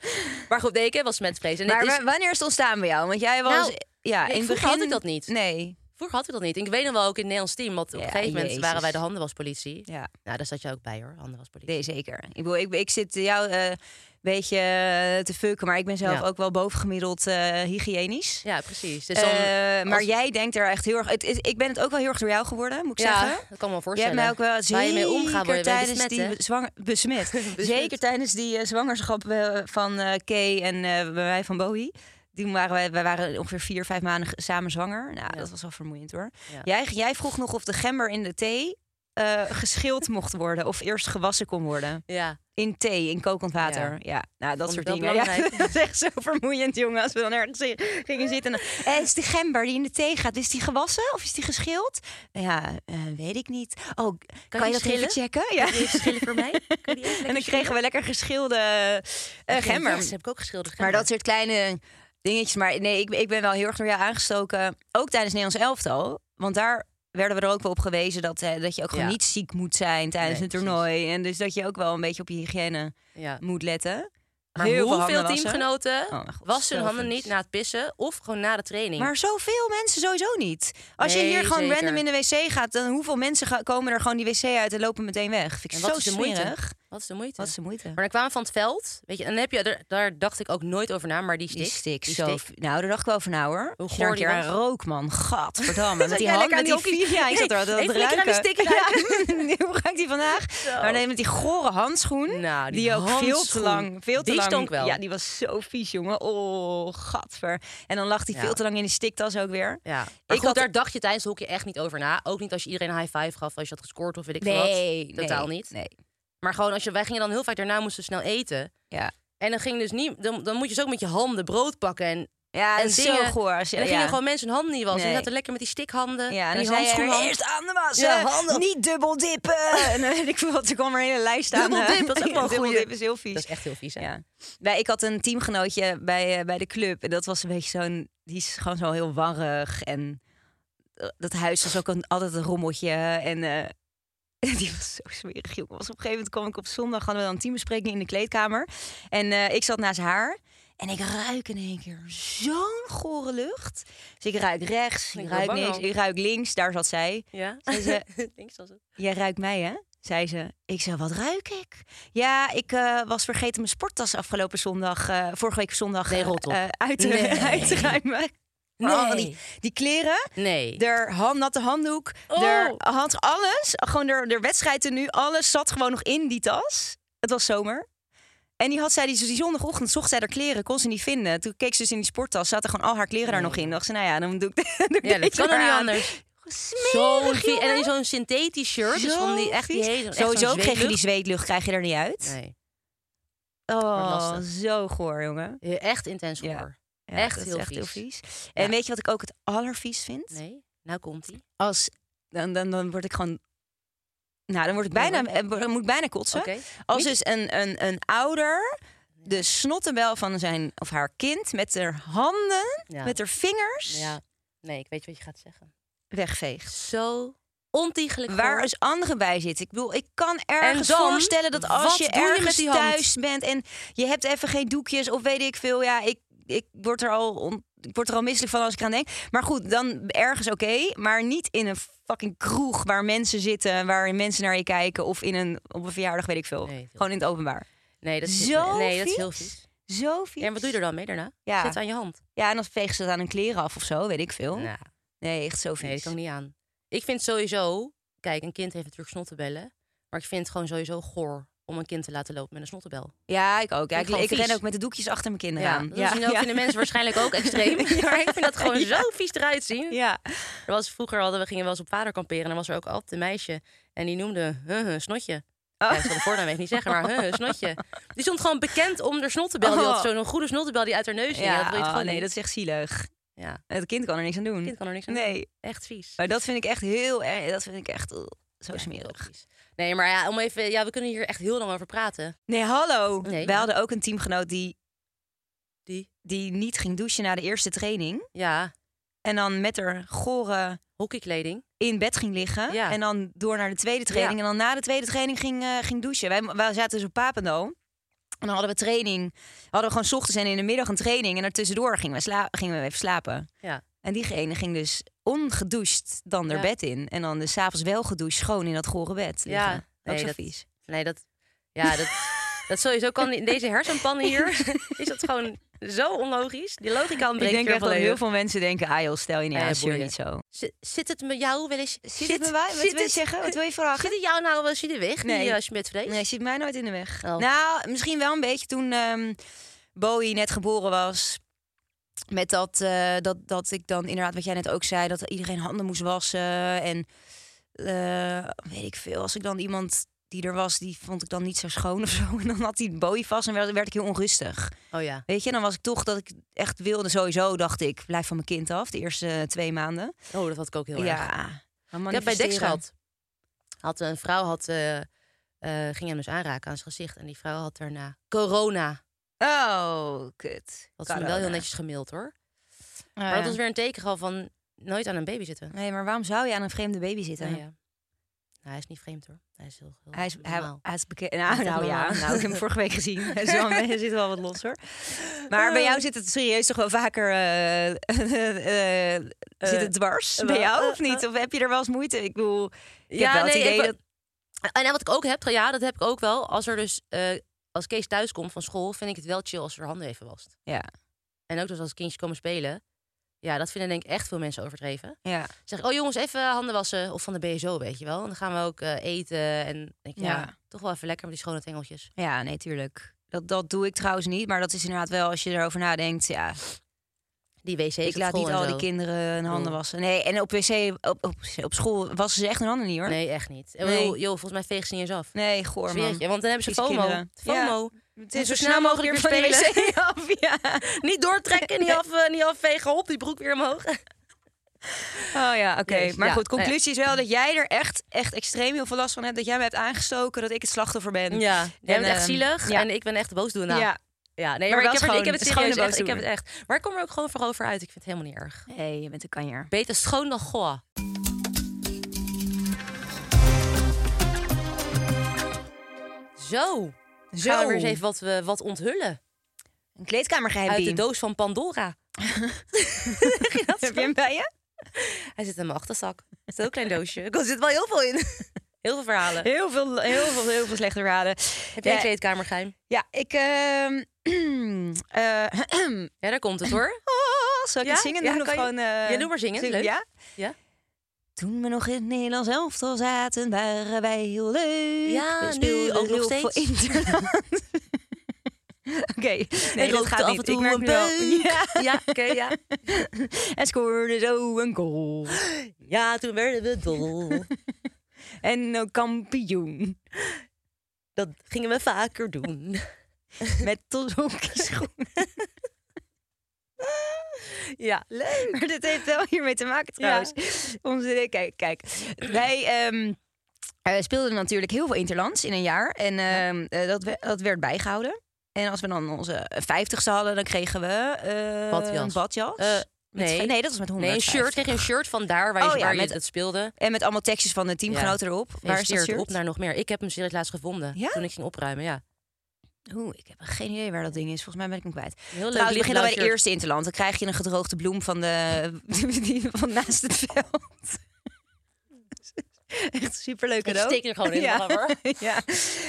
Speaker 2: Maar goed, nee, ik heb wel smetvrees. En het
Speaker 1: Maar [laughs]
Speaker 2: is-
Speaker 1: wa- wanneer is het ontstaan bij jou? Want jij was.
Speaker 2: Nou,
Speaker 1: ja,
Speaker 2: ik-
Speaker 1: in het
Speaker 2: vroeger
Speaker 1: begin
Speaker 2: had ik dat niet.
Speaker 1: Nee.
Speaker 2: Vroeger had ik dat niet. En ik weet nog wel ook in het Nederlands team. Want op
Speaker 1: Ja,
Speaker 2: een gegeven moment
Speaker 1: Jezus.
Speaker 2: waren wij de handenwaspolitie.
Speaker 1: Ja.
Speaker 2: Nou, daar zat je ook bij hoor, handenwaspolitie.
Speaker 1: Nee, zeker. Ik, bedoel, ik, ik zit jou eh, een beetje eh, te fucken, maar ik ben zelf
Speaker 2: Ja.
Speaker 1: ook wel bovengemiddeld eh, hygiënisch.
Speaker 2: Ja, precies. Dus dan,
Speaker 1: Eh, maar
Speaker 2: als-
Speaker 1: jij denkt er echt heel erg... Het, is- ik ben het ook wel heel erg door jou geworden, moet ik
Speaker 2: ja,
Speaker 1: zeggen.
Speaker 2: dat kan me wel
Speaker 1: Je hebt
Speaker 2: voorstellen.
Speaker 1: mij ook wel
Speaker 2: Waar je
Speaker 1: zeker
Speaker 2: mee omgaan, word je mee
Speaker 1: tijdens
Speaker 2: besmet,
Speaker 1: die
Speaker 2: hè?
Speaker 1: [laughs] be- zwanger besmet.
Speaker 2: [laughs] Besmet.
Speaker 1: Zeker tijdens die eh, zwangerschap eh, van eh Kay en eh, bij mij van Bowie. Toen waren wij, wij waren ongeveer vier, vijf maanden g- samen zwanger. Nou, dat was wel vermoeiend hoor.
Speaker 2: Ja.
Speaker 1: Jij, jij vroeg nog of de gember in de thee eh, geschild mocht worden. Of eerst gewassen kon worden.
Speaker 2: Ja.
Speaker 1: In thee, in kokend water. Ja,
Speaker 2: Ja.
Speaker 1: nou, dat
Speaker 2: Vond
Speaker 1: soort
Speaker 2: ik wel
Speaker 1: dingen. Ja,
Speaker 2: belangrijk.
Speaker 1: [laughs] dat is echt zo vermoeiend, jongen. Als we dan ergens in- gingen zitten. en dan, eh, is de gember die in de thee gaat, is die gewassen of is die geschild? Ja, eh, weet ik niet. Oh, kan, je
Speaker 2: die
Speaker 1: dat even
Speaker 2: schillen?
Speaker 1: checken? Ja.
Speaker 2: Kun je even schillen [laughs] voor mij? Kun je die
Speaker 1: [laughs]
Speaker 2: even
Speaker 1: En dan
Speaker 2: lekker
Speaker 1: kregen we lekker geschilde eh,
Speaker 2: schillen?
Speaker 1: gember.
Speaker 2: Ja, ze heb ik ook geschilderd.
Speaker 1: Maar
Speaker 2: Gember.
Speaker 1: dat soort kleine dingetjes. Maar nee, ik, ik ben wel heel erg door jou aangestoken. Ook tijdens Nederlands elftal. Want daar werden we er ook wel op gewezen dat, eh, dat je ook gewoon
Speaker 2: Ja.
Speaker 1: niet ziek moet zijn tijdens
Speaker 2: Nee,
Speaker 1: een toernooi. En dus dat je ook wel een beetje op je hygiëne
Speaker 2: Ja.
Speaker 1: moet letten.
Speaker 2: Maar
Speaker 1: Heel veel
Speaker 2: hoeveel
Speaker 1: handen wassen.
Speaker 2: teamgenoten
Speaker 1: Oh, mijn god,
Speaker 2: wassen hun handen
Speaker 1: zelfs.
Speaker 2: niet na het pissen of gewoon na de training?
Speaker 1: Maar zoveel mensen sowieso niet. Als je
Speaker 2: Nee,
Speaker 1: hier gewoon
Speaker 2: zeker.
Speaker 1: random in de wc gaat, dan hoeveel mensen ga- komen er gewoon die wc uit en lopen meteen weg. Vind ik
Speaker 2: en
Speaker 1: zo
Speaker 2: wat is de
Speaker 1: smerig.
Speaker 2: moeite? Wat is de moeite?
Speaker 1: Wat is de moeite?
Speaker 2: Maar dan kwamen we van het veld, weet je, en dan heb je, daar, daar dacht ik ook nooit over na, maar die stik.
Speaker 1: Die stik,
Speaker 2: die
Speaker 1: zo.
Speaker 2: stik.
Speaker 1: Nou, daar dacht ik wel van nou hoor.
Speaker 2: Hoe
Speaker 1: Als je daar een
Speaker 2: goor die
Speaker 1: keer aan
Speaker 2: was.
Speaker 1: rook, man.
Speaker 2: [laughs]
Speaker 1: Gadverdamme. met
Speaker 2: zat
Speaker 1: die
Speaker 2: jij
Speaker 1: hand,
Speaker 2: lekker
Speaker 1: met
Speaker 2: aan
Speaker 1: die
Speaker 2: die hockey.
Speaker 1: vier. Ja, ik zat er
Speaker 2: Nee,
Speaker 1: altijd aan het
Speaker 2: even lekker aan die
Speaker 1: ruiken.
Speaker 2: stik
Speaker 1: [laughs] Ja, Hoe ruikt die vandaag? Maar nee, met die gore handschoen.
Speaker 2: Nou, die
Speaker 1: die, ook veel te
Speaker 2: handschoen.
Speaker 1: lang. Veel te
Speaker 2: Die
Speaker 1: lang.
Speaker 2: stonk wel.
Speaker 1: Ja, die was zo vies, jongen. Oh, gadver. En dan lag die
Speaker 2: Ja.
Speaker 1: veel te lang in die stiktas ook weer.
Speaker 2: Ja. Maar
Speaker 1: Ik
Speaker 2: goed,
Speaker 1: had-
Speaker 2: daar dacht je tijdens het hockey echt niet over na. Ook niet als je iedereen een high five gaf als je had gescoord of weet ik veel
Speaker 1: Nee,
Speaker 2: wat. Totaal
Speaker 1: nee,
Speaker 2: niet.
Speaker 1: Nee.
Speaker 2: Maar gewoon als je, wij gingen dan heel vaak daarna moesten we snel eten.
Speaker 1: Ja.
Speaker 2: En dan ging dus niet, dan, dan moet je dus ook met je handen brood pakken en,
Speaker 1: Ja, dat
Speaker 2: en
Speaker 1: is
Speaker 2: dingen.
Speaker 1: zo goor. Als je,
Speaker 2: en dan
Speaker 1: ja.
Speaker 2: gingen gewoon mensen hun handen niet wassen. En
Speaker 1: Nee.
Speaker 2: zaten lekker met die stikhanden
Speaker 1: Ja, en
Speaker 2: en
Speaker 1: dan
Speaker 2: die
Speaker 1: zei je
Speaker 2: handschoenen.
Speaker 1: er eerst aan de was.
Speaker 2: Ja,
Speaker 1: eh,
Speaker 2: handen.
Speaker 1: Niet dubbel
Speaker 2: [laughs]
Speaker 1: dippen. en dan weet ik veel wat. Er kwam er een hele lijst aan.
Speaker 2: Dubbel
Speaker 1: eh.
Speaker 2: dip, dat is
Speaker 1: [laughs]
Speaker 2: ook wel een
Speaker 1: Dubbel
Speaker 2: goeie.
Speaker 1: dip is heel vies.
Speaker 2: Dat is echt heel vies, hè?
Speaker 1: Ja. Wij, ik had een teamgenootje bij, eh, bij de club. En dat was een beetje zo'n... Die is gewoon zo heel warrig en dat huis was ook een, altijd een rommeltje. En eh, [laughs] die was zo smerig, jongen. Was op een gegeven moment kwam ik op zondag, hadden we dan een teambespreking in de kleedkamer. En eh, ik zat naast haar. En ik ruik in één keer zo'n gore lucht. Dus ik ruik rechts, ik
Speaker 2: Klinkt wel
Speaker 1: ruik
Speaker 2: bang
Speaker 1: niks,
Speaker 2: al.
Speaker 1: ik ruik links. Daar zat zij.
Speaker 2: Ja?
Speaker 1: Zei
Speaker 2: [laughs]
Speaker 1: ze-
Speaker 2: Links was het.
Speaker 1: Jij ruikt mij, hè? Zei ze. Ik zei, wat ruik ik? Ja, ik eh, was vergeten mijn sporttas afgelopen zondag, eh, vorige week zondag,
Speaker 2: Nee,
Speaker 1: eh,
Speaker 2: rot op.
Speaker 1: eh, uit, te,
Speaker 2: Nee.
Speaker 1: [laughs] uit te ruimen. Maar al die,
Speaker 2: Nee.
Speaker 1: die kleren,
Speaker 2: Nee.
Speaker 1: de hand, natte handdoek,
Speaker 2: Oh.
Speaker 1: der hand, alles, gewoon de, de wedstrijden nu, alles zat gewoon nog in die tas. Het was zomer. En die had zij die, die zondagochtend zocht zij haar kleren, kon ze niet vinden. Toen keek ze dus in die sporttas, zaten gewoon al haar kleren daar nog in. Dacht ze, nou ja, dan doe ik, [laughs] doe ik
Speaker 2: ja, dat
Speaker 1: deze
Speaker 2: kan er
Speaker 1: maar
Speaker 2: niet
Speaker 1: aan.
Speaker 2: anders. Zo'n
Speaker 1: Smerig,
Speaker 2: vie- en
Speaker 1: jongen.
Speaker 2: dan zo'n synthetisch shirt. dus
Speaker 1: Zo
Speaker 2: van die echt die
Speaker 1: vies.
Speaker 2: hele, echt zo'n
Speaker 1: Sowieso kreeg je die
Speaker 2: zweetlucht.
Speaker 1: zweetlucht, krijg je er niet uit.
Speaker 2: Nee. Wordt
Speaker 1: Oh,
Speaker 2: lastig.
Speaker 1: zo goor, jongen.
Speaker 2: Ja, Echt intens
Speaker 1: Ja.
Speaker 2: hoor.
Speaker 1: Ja,
Speaker 2: Echt
Speaker 1: dat is
Speaker 2: heel
Speaker 1: echt heel
Speaker 2: vies.
Speaker 1: vies. En
Speaker 2: Ja.
Speaker 1: weet je wat ik ook het allervies vind?
Speaker 2: Nee. Nou komt ie.
Speaker 1: Als, dan, dan, dan word ik gewoon... Nou, dan word ik bijna, eh, dan moet ik bijna kotsen.
Speaker 2: Oké.
Speaker 1: Als dus een, een, een ouder de snottenbel van zijn of haar kind met haar handen,
Speaker 2: Ja.
Speaker 1: met haar vingers
Speaker 2: Ja. Nee, ik weet wat je gaat zeggen.
Speaker 1: wegveegt.
Speaker 2: Zo ontiegelijk.
Speaker 1: Waar
Speaker 2: goor.
Speaker 1: eens anderen bij zitten. Ik bedoel, ik kan ergens
Speaker 2: dan,
Speaker 1: voorstellen dat als
Speaker 2: wat
Speaker 1: je
Speaker 2: doe je met
Speaker 1: ergens
Speaker 2: die hand?
Speaker 1: thuis bent en je hebt even geen doekjes of weet ik veel. Ja, ik, ik, word er al on- ik word er al misselijk van als ik aan denk. Maar goed, dan ergens oké. maar niet in een fucking kroeg waar mensen zitten, waar mensen naar je kijken. Of in een, op een verjaardag, weet ik veel.
Speaker 2: Nee, veel.
Speaker 1: Gewoon in het openbaar.
Speaker 2: Nee, dat is,
Speaker 1: Zo
Speaker 2: nee, dat is
Speaker 1: vies.
Speaker 2: heel vies.
Speaker 1: Zo vies.
Speaker 2: Ja, en wat doe je er dan mee daarna?
Speaker 1: Ja.
Speaker 2: Zit aan je hand.
Speaker 1: Ja, en dan vegen ze dat aan hun kleren af of zo, weet ik veel.
Speaker 2: Nou,
Speaker 1: Nee, echt zo vies.
Speaker 2: nee, dat kan ik niet aan. Ik vind sowieso... Kijk, een kind heeft natuurlijk snottenbellen. Maar ik vind het gewoon sowieso goor om een kind te laten lopen met een snottenbel.
Speaker 1: Ja, ik ook. Ja,
Speaker 2: Vind
Speaker 1: ik
Speaker 2: ik
Speaker 1: ik
Speaker 2: gewoon
Speaker 1: ren
Speaker 2: vies.
Speaker 1: ook met de doekjes achter mijn kinderen
Speaker 2: Ja,
Speaker 1: aan.
Speaker 2: dat zien ook- vinden
Speaker 1: [laughs]
Speaker 2: mensen waarschijnlijk ook [laughs] extreem. Maar ik vind dat gewoon zo vies eruit zien.
Speaker 1: Ja.
Speaker 2: Er was, vroeger hadden we, gingen we wel eens op vader kamperen. En dan was er ook altijd een meisje. En die noemde huh, huh, snotje.
Speaker 1: Oh.
Speaker 2: Ja, ik zal de voornaam echt niet zeggen, maar huh, huh, snotje. Die stond gewoon bekend om haar snottebel. Die had
Speaker 1: Oh.
Speaker 2: zo'n goede snottebel die uit haar neus hing. Ja, dat wil je
Speaker 1: oh,
Speaker 2: toch gewoon
Speaker 1: nee,
Speaker 2: niet?
Speaker 1: dat is echt zielig.
Speaker 2: Ja,
Speaker 1: Het kind kan er niks aan doen.
Speaker 2: het kind kan er niks aan doen.
Speaker 1: nee,
Speaker 2: Echt vies.
Speaker 1: maar dat vind ik echt heel erg. Dat vind ik echt uh, zo
Speaker 2: Ja,
Speaker 1: smerig.
Speaker 2: heel vies. Nee, maar ja, om even, ja, we kunnen hier echt heel lang over praten.
Speaker 1: Nee, hallo.
Speaker 2: Nee,
Speaker 1: Wij
Speaker 2: ja.
Speaker 1: hadden ook een teamgenoot die,
Speaker 2: Die?
Speaker 1: die niet ging douchen na de eerste training.
Speaker 2: Ja,
Speaker 1: En dan met haar gore
Speaker 2: hockeykleding.
Speaker 1: in bed ging liggen.
Speaker 2: Ja.
Speaker 1: En dan door naar de tweede training. En dan na de tweede training ging, eh, ging douchen. Wij, wij zaten dus op Papendo. En dan hadden we training. Hadden we gewoon 's ochtends en in de middag een training. En daartussendoor gingen we, sla- gingen we even slapen.
Speaker 2: Ja.
Speaker 1: En diegene ging dus ongedoucht dan haar
Speaker 2: Ja.
Speaker 1: bed in. En dan dus 's avonds wel gedoucht, schoon in dat gore bed liggen.
Speaker 2: Ja,
Speaker 1: Ook
Speaker 2: nee,
Speaker 1: zo
Speaker 2: dat-
Speaker 1: vies.
Speaker 2: Nee, dat, ja, dat, dat sowieso kan in deze hersenpannen
Speaker 1: [laughs]
Speaker 2: hier. is dat gewoon zo onlogisch. Die logica
Speaker 1: Ik
Speaker 2: ontbreekt
Speaker 1: denk
Speaker 2: hier
Speaker 1: echt dat
Speaker 2: volledig.
Speaker 1: heel veel mensen denken... Ah joh, stel je niet
Speaker 2: Ah,
Speaker 1: aan,
Speaker 2: ja,
Speaker 1: zeur
Speaker 2: boeien.
Speaker 1: niet zo.
Speaker 2: Z- Zit het met jou wel eens...
Speaker 1: Zit het me waar? Wat wil je zeggen? Wat wil je vragen?
Speaker 2: Zit het jou nou wel eens in de weg, nee.
Speaker 1: Nee.
Speaker 2: die eh, smetvrees?
Speaker 1: Nee, zit mij nooit in de weg.
Speaker 2: Oh.
Speaker 1: Nou, misschien wel een beetje toen ehm, Bowie net geboren was. Met dat, eh, dat, dat ik dan inderdaad, wat jij net ook zei, dat iedereen handen moest wassen. En eh, weet ik veel, als ik dan iemand die er was, die vond ik dan niet zo schoon of zo. [laughs] En dan had hij Bowie vast en werd, werd ik heel onrustig.
Speaker 2: Oh ja.
Speaker 1: Weet je, dan was ik toch dat ik echt wilde, sowieso dacht ik, blijf van mijn kind af. De eerste eh, twee maanden.
Speaker 2: Oh, dat had ik ook heel erg.
Speaker 1: Ja.
Speaker 2: Ik heb bij Dex
Speaker 1: Dex
Speaker 2: gehad. Had een vrouw had, eh, eh, ging hem dus aanraken aan zijn gezicht. En die vrouw had daarna corona.
Speaker 1: Oh, kut.
Speaker 2: Dat is me wel heel netjes gemaild
Speaker 1: Oh
Speaker 2: hoor. Maar dat was weer een teken gewoon van nooit aan een baby zitten.
Speaker 1: Nee, maar waarom zou je aan een vreemde baby zitten?
Speaker 2: Nou ja. Nou, hij is niet vreemd hoor. Hij is heel, heel
Speaker 1: Hij is, hij,
Speaker 2: normaal.
Speaker 1: hij is bekend. Nou,
Speaker 2: is echt
Speaker 1: nou ja,
Speaker 2: normaal.
Speaker 1: nou, ik heb hem vorige week [laughs] gezien. Hij is wel- Hij zit wel wat los hoor. Maar bij jou zit het serieus toch wel vaker. eh, [laughs] eh, eh, zit het dwars bij
Speaker 2: wel,
Speaker 1: jou
Speaker 2: eh,
Speaker 1: of niet? Of heb je er wel eens moeite? Ik bedoel, ik
Speaker 2: Ja,
Speaker 1: heb wel
Speaker 2: nee,
Speaker 1: het idee
Speaker 2: ik wa-
Speaker 1: dat.
Speaker 2: En wat ik ook heb, ja, dat heb ik ook wel. Als er dus, eh, als Kees thuis komt van school, vind ik het wel chill als er handen even wast.
Speaker 1: Ja,
Speaker 2: En ook dus als kindjes komen spelen. Ja, dat vinden denk ik echt veel mensen overdreven.
Speaker 1: ja.
Speaker 2: Zeg, oh jongens, even handen wassen. Of van de BSO, weet je wel. En dan gaan we ook eh, eten. En denk, ik, ja,
Speaker 1: Ja.
Speaker 2: toch wel even lekker met die schone tengeltjes.
Speaker 1: ja nee, tuurlijk. Dat, dat doe ik trouwens niet, maar dat is inderdaad wel als je erover nadenkt. Ja,
Speaker 2: Die wc's
Speaker 1: ik
Speaker 2: op
Speaker 1: laat
Speaker 2: school
Speaker 1: niet
Speaker 2: en
Speaker 1: al die
Speaker 2: zo.
Speaker 1: kinderen hun handen
Speaker 2: Bedoel.
Speaker 1: wassen. Nee, en op wc, op, op, op school wassen ze echt hun handen niet hoor.
Speaker 2: Nee, echt niet. En
Speaker 1: Nee.
Speaker 2: joh, joh, volgens mij vegen ze niet eens af.
Speaker 1: Nee, goor
Speaker 2: Zweer
Speaker 1: man.
Speaker 2: het je, want dan hebben ze
Speaker 1: Vieze
Speaker 2: FOMO.
Speaker 1: kinderen.
Speaker 2: FOMO.
Speaker 1: Het
Speaker 2: Moet zo snel mogelijk weer
Speaker 1: van de
Speaker 2: spelen.
Speaker 1: wc [laughs] af, ja.
Speaker 2: Niet doortrekken,
Speaker 1: [laughs]
Speaker 2: niet, af, eh, niet afvegen. Hop, die broek weer omhoog.
Speaker 1: Oh ja, oké.
Speaker 2: Jezus,
Speaker 1: maar
Speaker 2: ja.
Speaker 1: goed,
Speaker 2: Nou ja.
Speaker 1: conclusie is wel dat jij er echt, echt extreem heel veel last van hebt. Dat jij me hebt aangestoken, dat ik het slachtoffer ben. Nou,
Speaker 2: Ja, jij
Speaker 1: En,
Speaker 2: bent echt
Speaker 1: ehm,
Speaker 2: zielig
Speaker 1: ja.
Speaker 2: en ik ben echt boosdoener.
Speaker 1: Ja.
Speaker 2: Ja,
Speaker 1: Maar
Speaker 2: nee, maar,
Speaker 1: wel
Speaker 2: ik, heb er, ik
Speaker 1: schoon.
Speaker 2: heb het
Speaker 1: Schone
Speaker 2: serieus echt, ik heb
Speaker 1: boosdoener.
Speaker 2: het echt. Maar ik kom er ook gewoon voor over uit. Ik vind het helemaal niet erg.
Speaker 1: Hé, je bent een kanjer.
Speaker 2: Beter schoon dan goa. Zo,
Speaker 1: Zo.
Speaker 2: gaan we weer eens even wat, we wat onthullen.
Speaker 1: Een kleedkamergeheim.
Speaker 2: Uit de
Speaker 1: Pien.
Speaker 2: doos van Pandora.
Speaker 1: [laughs] Heb je hem bij je?
Speaker 2: Hij zit in mijn achterzak. Het is een heel klein doosje. Er zit wel heel veel in. [laughs] Heel veel verhalen.
Speaker 1: Heel veel, heel veel, heel veel slechte raden.
Speaker 2: Heb jij
Speaker 1: Ja.
Speaker 2: een kleedkamergeheim?
Speaker 1: Ja, ik... ehm, [clears throat] eh, [clears throat]
Speaker 2: Ja, daar komt het [laughs] hoor.
Speaker 1: oh, zal ik
Speaker 2: Ja?
Speaker 1: het zingen
Speaker 2: Ja,
Speaker 1: doen? of
Speaker 2: kan je-
Speaker 1: gewoon, eh,
Speaker 2: Ja, doe maar zingen, leuk.
Speaker 1: Ja?
Speaker 2: Ja.
Speaker 1: Toen we nog in het Nederlands elftal zaten, waren wij heel leuk.
Speaker 2: Ja, nu
Speaker 1: we speelden
Speaker 2: ook nog
Speaker 1: heel veel
Speaker 2: steeds.
Speaker 1: Interland.
Speaker 2: [laughs]
Speaker 1: Oké, nee,
Speaker 2: rookte
Speaker 1: dat gaat
Speaker 2: af
Speaker 1: niet.
Speaker 2: en toe
Speaker 1: ik merk
Speaker 2: een
Speaker 1: nu wel-
Speaker 2: peuk.
Speaker 1: Ja.
Speaker 2: [laughs] Ja, oké, ja.
Speaker 1: En scoorde zo een goal.
Speaker 2: Ja, toen werden we dol.
Speaker 1: En ook kampioen.
Speaker 2: Dat gingen we vaker doen.
Speaker 1: Met tot [laughs] schoenen.
Speaker 2: Ja, leuk.
Speaker 1: Maar dit heeft wel hiermee te maken trouwens. Onze, kijk, kijk. Wij ehm, eh, speelden natuurlijk heel veel interlands in een jaar. En ehm, eh, dat, we- dat werd bijgehouden. En als we dan onze vijftigste hadden, dan kregen we eh,
Speaker 2: Badjas.
Speaker 1: een badjas.
Speaker 2: Eh,
Speaker 1: Met
Speaker 2: nee.
Speaker 1: vij- nee, dat was met 100.
Speaker 2: Nee, een shirt. Kreeg je een shirt van daar waar je,
Speaker 1: Oh ja,
Speaker 2: waar je
Speaker 1: met-
Speaker 2: het speelde.
Speaker 1: En met allemaal tekstjes van de teamgenoten erop. Waar is dat
Speaker 2: Gefeliciteerd,
Speaker 1: shirt?
Speaker 2: op naar nog meer. Ik heb hem serieus laatst gevonden.
Speaker 1: Ja?
Speaker 2: Toen ik ging opruimen, ja.
Speaker 1: Oeh, ik heb geen idee waar dat ding is. Volgens mij ben ik hem kwijt.
Speaker 2: Heel leuk.
Speaker 1: Trouwens, we beginnen bij de
Speaker 2: lichtblauw
Speaker 1: eerste interland. Dan krijg je een gedroogde bloem van, de, [laughs] die- van naast het veld. [laughs] Echt superleuk
Speaker 2: shirt. Ik
Speaker 1: cadeau.
Speaker 2: steek er gewoon in.
Speaker 1: Ja.
Speaker 2: hoor.
Speaker 1: [laughs] ja.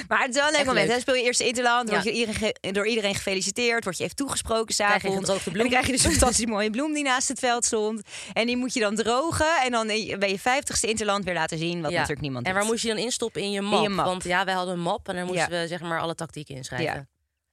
Speaker 1: Maar het is wel een leuk
Speaker 2: Echt
Speaker 1: moment.
Speaker 2: leuk.
Speaker 1: Hè? Speel je eerste interland, word
Speaker 2: Ja.
Speaker 1: je iedereen ge- door iedereen gefeliciteerd, word je even toegesproken
Speaker 2: Krijg je een
Speaker 1: s'avonds.
Speaker 2: gedroogde
Speaker 1: En dan
Speaker 2: bloem.
Speaker 1: krijg je dus
Speaker 2: [laughs]
Speaker 1: een fantastisch mooie bloem die naast het veld stond. En die moet je dan drogen en dan ben je vijftigste interland weer laten zien, wat
Speaker 2: Ja.
Speaker 1: natuurlijk niemand
Speaker 2: En waar
Speaker 1: doet.
Speaker 2: moest je dan instoppen in je map?
Speaker 1: je map.
Speaker 2: Want ja, wij hadden een map en daar moesten we zeg maar alle tactieken
Speaker 1: Ja.
Speaker 2: inschrijven.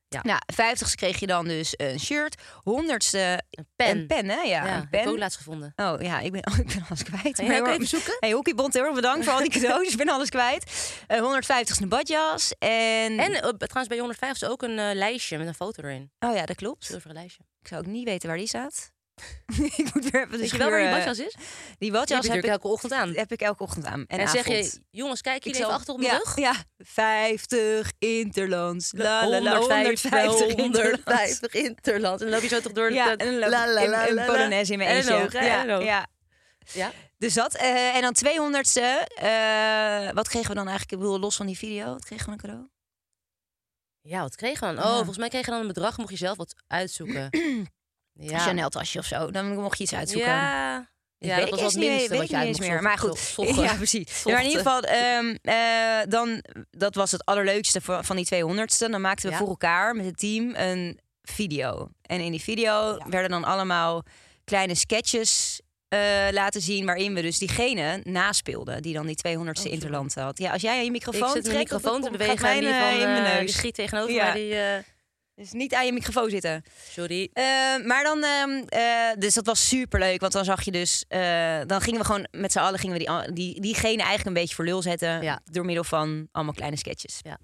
Speaker 2: ja.
Speaker 1: Nou, vijftigste kreeg je dan dus een shirt, honderdste
Speaker 2: Een pen.
Speaker 1: een pen, hè? Ja,
Speaker 2: Ja,
Speaker 1: een
Speaker 2: heb ik ook
Speaker 1: pen.
Speaker 2: laatst gevonden.
Speaker 1: Oh ja, ik ben, [laughs] oh, ik ben alles kwijt.
Speaker 2: jij
Speaker 1: Maar
Speaker 2: ook
Speaker 1: hoor-
Speaker 2: even zoeken?
Speaker 1: Hey, Hockeybond, heel erg bedankt voor al die cadeaus. ik ben alles kwijt. Eh, 150ste badjas. En...
Speaker 2: En eh, trouwens bij 105 is ook een eh, lijstje met een foto erin.
Speaker 1: Oh ja, dat klopt.
Speaker 2: Zilveren lijstje.
Speaker 1: Ik zou ook niet weten waar die staat. [laughs] ik moet weer even de
Speaker 2: Weet je
Speaker 1: schuur,
Speaker 2: wel waar je
Speaker 1: eh,
Speaker 2: badjas is?
Speaker 1: Die
Speaker 2: Die
Speaker 1: badjas
Speaker 2: heb je
Speaker 1: heb
Speaker 2: natuurlijk
Speaker 1: ik,
Speaker 2: elke ochtend aan.
Speaker 1: heb ik elke ochtend aan. En,
Speaker 2: En zeg
Speaker 1: avond.
Speaker 2: je, jongens, kijk
Speaker 1: Ik
Speaker 2: jullie even
Speaker 1: zal-
Speaker 2: achter op mijn
Speaker 1: ja,
Speaker 2: rug?
Speaker 1: Ja, 50 interlands. La, la, la,
Speaker 2: 150,
Speaker 1: 150 interlands.
Speaker 2: 150 [laughs] interland. En dan loop je zo toch door
Speaker 1: Ja,
Speaker 2: de...
Speaker 1: en dan loop
Speaker 2: La, la,
Speaker 1: ik in-
Speaker 2: la,
Speaker 1: een
Speaker 2: la, la.
Speaker 1: Polonaise in mijn
Speaker 2: En een
Speaker 1: eentje.
Speaker 2: oog, hè, en
Speaker 1: ja,
Speaker 2: een oog.
Speaker 1: ja.
Speaker 2: Ja.
Speaker 1: Dus dat. eh, en dan 200ste. eh, wat kregen we dan eigenlijk? Ik bedoel, los van die video. Wat kregen we een cadeau?
Speaker 2: Ja, wat kreeg je dan? Oh,
Speaker 1: Ja.
Speaker 2: volgens mij kreeg je dan een bedrag. Mocht je zelf wat
Speaker 1: [clears throat]
Speaker 2: uitzoeken.
Speaker 1: Een
Speaker 2: ja.
Speaker 1: Chanel tasje of zo. Dan mocht je iets uitzoeken.
Speaker 2: Ja,
Speaker 1: Ik
Speaker 2: ja
Speaker 1: weet
Speaker 2: dat was
Speaker 1: het
Speaker 2: wel
Speaker 1: eerst niet,
Speaker 2: het minste
Speaker 1: weet
Speaker 2: wat je
Speaker 1: ik
Speaker 2: uit
Speaker 1: niet
Speaker 2: mocht
Speaker 1: eens meer. Maar goed,
Speaker 2: zochten.
Speaker 1: ja, precies. Ja, maar in ieder geval, ehm, eh, dan, dat was het allerleukste van van die 200ste. Dan maakten we
Speaker 2: Ja.
Speaker 1: voor elkaar met het team een video. En in die video werden dan allemaal kleine sketches eh, laten zien... waarin we dus diegene naspeelden die dan die 200ste interland had. Ja, als jij je microfoon
Speaker 2: Oh, ik zit mijn
Speaker 1: trekt, dan
Speaker 2: microfoon te
Speaker 1: komt-
Speaker 2: bewegen
Speaker 1: gaat
Speaker 2: en die van
Speaker 1: eh, in mijn neus.
Speaker 2: schiet tegenover
Speaker 1: Ja.
Speaker 2: mij. Die, eh,
Speaker 1: Dus niet aan je microfoon zitten.
Speaker 2: sorry.
Speaker 1: Eh, maar dan, ehm, eh, dus dat was superleuk. Want dan zag je dus, eh, dan gingen we gewoon met z'n allen gingen we die, an- die, diegene eigenlijk een beetje voor lul zetten.
Speaker 2: Ja.
Speaker 1: Door middel van allemaal kleine sketches.
Speaker 2: Ja.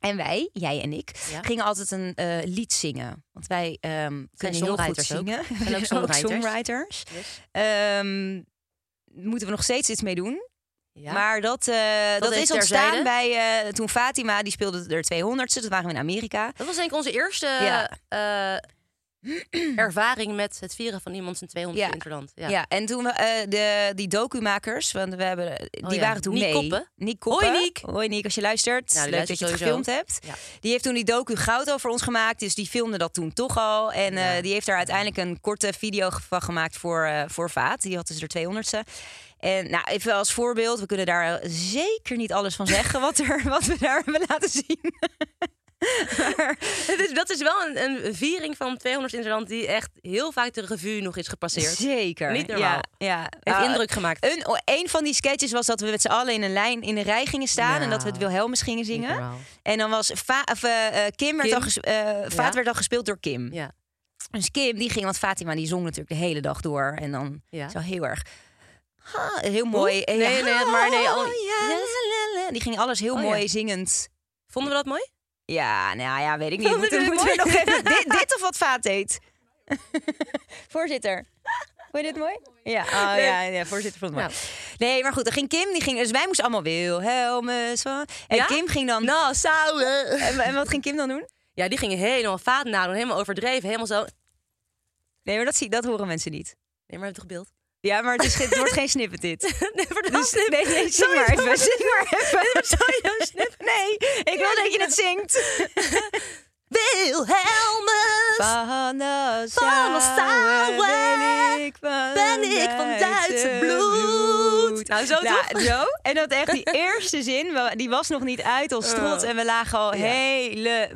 Speaker 1: En wij, jij en ik,
Speaker 2: Ja.
Speaker 1: gingen altijd een eh, lied zingen. Want wij ehm, kunnen heel goed
Speaker 2: songwriters ook.
Speaker 1: zingen. [laughs]
Speaker 2: En ook songwriters.
Speaker 1: songwriters. Ehm, moeten we nog steeds iets mee doen.
Speaker 2: Ja.
Speaker 1: Maar dat, eh, dat,
Speaker 2: even
Speaker 1: is ontstaan
Speaker 2: terzijde.
Speaker 1: bij eh, toen Fatima, die speelde er 200ste. Dat waren we in Amerika.
Speaker 2: dat was denk ik onze eerste
Speaker 1: Ja.
Speaker 2: eh, [clears throat] ervaring met het vieren van iemand zijn 200
Speaker 1: Ja.
Speaker 2: interland.
Speaker 1: Ja.
Speaker 2: Ja. Ja.
Speaker 1: en toen we, eh, de, die documakers, want we hebben, die
Speaker 2: Oh ja,
Speaker 1: waren toen
Speaker 2: Niek
Speaker 1: mee.
Speaker 2: Koppen.
Speaker 1: Niek Koppen.
Speaker 2: Hoi, Niek.
Speaker 1: Hoi Niek, als je luistert.
Speaker 2: Ja, die
Speaker 1: Leuk
Speaker 2: luistert
Speaker 1: dat je het
Speaker 2: sowieso.
Speaker 1: gefilmd hebt.
Speaker 2: Ja.
Speaker 1: Die heeft toen die docu goud over ons gemaakt, dus die filmde dat toen toch al. En eh, die heeft daar uiteindelijk een korte video ge- van gemaakt voor, eh, voor Vaat. Die had dus er 200ste. En nou, even als voorbeeld, we kunnen daar zeker niet alles van zeggen wat,
Speaker 2: [laughs]
Speaker 1: er, wat we daar hebben laten zien. Maar-
Speaker 2: [laughs] Het is- Dus dat is wel een, een viering van 200 interland die echt heel vaak de revue nog is gepasseerd.
Speaker 1: Zeker.
Speaker 2: Niet normaal.
Speaker 1: Ja, ja.
Speaker 2: Heeft
Speaker 1: Ah,
Speaker 2: indruk gemaakt.
Speaker 1: Een, een van die sketches was dat we met z'n allen in een lijn in een rij gingen staan en dat we het
Speaker 2: Nou,
Speaker 1: Wilhelmus gingen
Speaker 2: niet
Speaker 1: zingen.
Speaker 2: normaal.
Speaker 1: En dan was Va- of, eh, eh, Kim, werd
Speaker 2: Kim?
Speaker 1: al ges- eh, Vaat werd al gespeeld door Kim.
Speaker 2: Ja.
Speaker 1: Dus Kim die ging, want Fatima die zong natuurlijk de hele dag door en dan
Speaker 2: Ja.
Speaker 1: zo heel erg. ha, heel mooi. En
Speaker 2: Nee,
Speaker 1: ja,
Speaker 2: nee, maar nee, al-
Speaker 1: ja, la, la, la. Die ging alles heel
Speaker 2: Oh,
Speaker 1: mooi
Speaker 2: ja.
Speaker 1: zingend.
Speaker 2: Vonden we dat mooi?
Speaker 1: Ja, nou ja, weet ik niet.
Speaker 2: Vonden
Speaker 1: Moeten,
Speaker 2: we het
Speaker 1: moeten we nog
Speaker 2: mooi?
Speaker 1: even dit, dit of wat Vaat deed? [laughs] voorzitter. Vond je dit mooi? Ja, oh,
Speaker 2: Leuk.
Speaker 1: ja, ja, voorzitter vond het mooi.
Speaker 2: Nou.
Speaker 1: Nee, maar goed, dan ging Kim, die ging, dus wij moesten allemaal Wilhelmus. van- En
Speaker 2: Ja?
Speaker 1: Kim ging dan...
Speaker 2: Nou, zouden.
Speaker 1: En, en wat ging Kim dan doen?
Speaker 2: Ja, die gingen helemaal vaat nadoen, helemaal overdreven, helemaal zo.
Speaker 1: Nee, maar dat, zie, dat horen mensen niet.
Speaker 2: Nee, maar we hebben toch beeld? [laughs]
Speaker 1: Ja, maar het, is, geen- het wordt geen snippet [laughs] dit.
Speaker 2: nee, vertel
Speaker 1: Dus,
Speaker 2: snip.
Speaker 1: nee, nee, zing
Speaker 2: Sorry,
Speaker 1: maar even.
Speaker 2: sorry.
Speaker 1: Zing maar [laughs] even.
Speaker 2: Sorry, snip.
Speaker 1: Nee, ik wil dat je het zingt.
Speaker 2: Wilhelmus.
Speaker 1: Van de
Speaker 2: Van de
Speaker 1: Sauer
Speaker 2: Sauer
Speaker 1: ben ik van,
Speaker 2: ben ik van Duitse bloed. Nou, zo toch?
Speaker 1: Zo. [laughs] En dat echt die eerste zin, wa- die was nog niet uit als trots. En we lagen al
Speaker 2: Oh. Ja, dat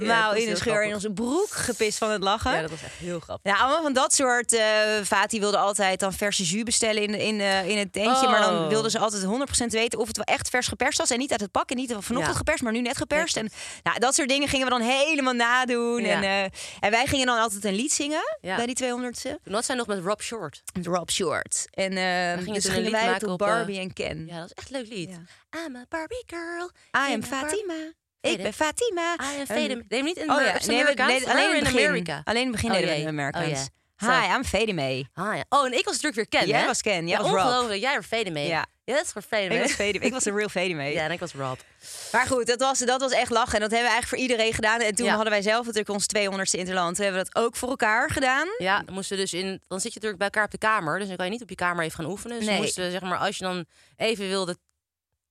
Speaker 1: helemaal
Speaker 2: was
Speaker 1: in de
Speaker 2: heel
Speaker 1: scheur. In
Speaker 2: grappig.
Speaker 1: onze broek gepist van het lachen.
Speaker 2: Ja, dat was echt heel grappig.
Speaker 1: Ja, allemaal van dat soort. eh Fatih wilde altijd dan verse jus bestellen in, in, eh, in het tentje. Maar dan
Speaker 2: Oh.
Speaker 1: wilden ze altijd 100% weten of het wel echt vers geperst was. En niet uit het pak en niet vanochtend
Speaker 2: Ja.
Speaker 1: geperst, maar nu net geperst.
Speaker 2: Ja,
Speaker 1: En nou, dat soort dingen gingen we dan helemaal nadoen.
Speaker 2: Ja.
Speaker 1: En, eh, en wij gingen dan altijd een lied zingen
Speaker 2: Ja.
Speaker 1: bij die 200ste.
Speaker 2: Toen had zij nog met Rob Short.
Speaker 1: Met Rob Short. En eh
Speaker 2: gingen
Speaker 1: dus
Speaker 2: toen een
Speaker 1: gingen
Speaker 2: lied
Speaker 1: wij
Speaker 2: maken
Speaker 1: op
Speaker 2: op, eh,
Speaker 1: Barbie en Ken.
Speaker 2: Ja, dat is echt een leuk lied. I'm a Barbie girl.
Speaker 1: I am
Speaker 2: a Bar-
Speaker 1: Fatima. Ik
Speaker 2: Faded.
Speaker 1: ben Fatima.
Speaker 2: I am
Speaker 1: En-
Speaker 2: Fatima. Deed hem niet in
Speaker 1: Oh ja,
Speaker 2: Mar- Upside
Speaker 1: nee, we-
Speaker 2: Amerikaans?
Speaker 1: nee, alleen
Speaker 2: Where
Speaker 1: in het
Speaker 2: in
Speaker 1: begin.
Speaker 2: Amerika.
Speaker 1: Alleen in het begin
Speaker 2: Oh,
Speaker 1: deden we
Speaker 2: jee.
Speaker 1: het Amerikaans.
Speaker 2: Oh, ja. Zo.
Speaker 1: Hi, I'm Fade mee.
Speaker 2: Ah, ja. Oh, en ik was natuurlijk weer Ken,
Speaker 1: Jij
Speaker 2: hè?
Speaker 1: was Ken, jij
Speaker 2: ja,
Speaker 1: was Rob.
Speaker 2: ongelooflijk. Jij was Fade mee.
Speaker 1: Ja.
Speaker 2: Ja. dat is voor Fade
Speaker 1: Ik
Speaker 2: mee.
Speaker 1: was, Fade- ik was een real Fade mee.
Speaker 2: Ja, en ik was Rob.
Speaker 1: Maar goed, dat was, dat was echt lachen. En dat hebben we eigenlijk voor iedereen gedaan. En toen
Speaker 2: Ja.
Speaker 1: hadden wij zelf natuurlijk ons 200ste Interland. Toen hebben we dat ook voor elkaar gedaan.
Speaker 2: Ja, dan moesten we dus in. Dan zit je natuurlijk bij elkaar op de kamer. Dus dan kan je niet op je kamer even gaan oefenen. Dus
Speaker 1: Nee.
Speaker 2: dan moesten we, zeg maar, als je dan even wilde.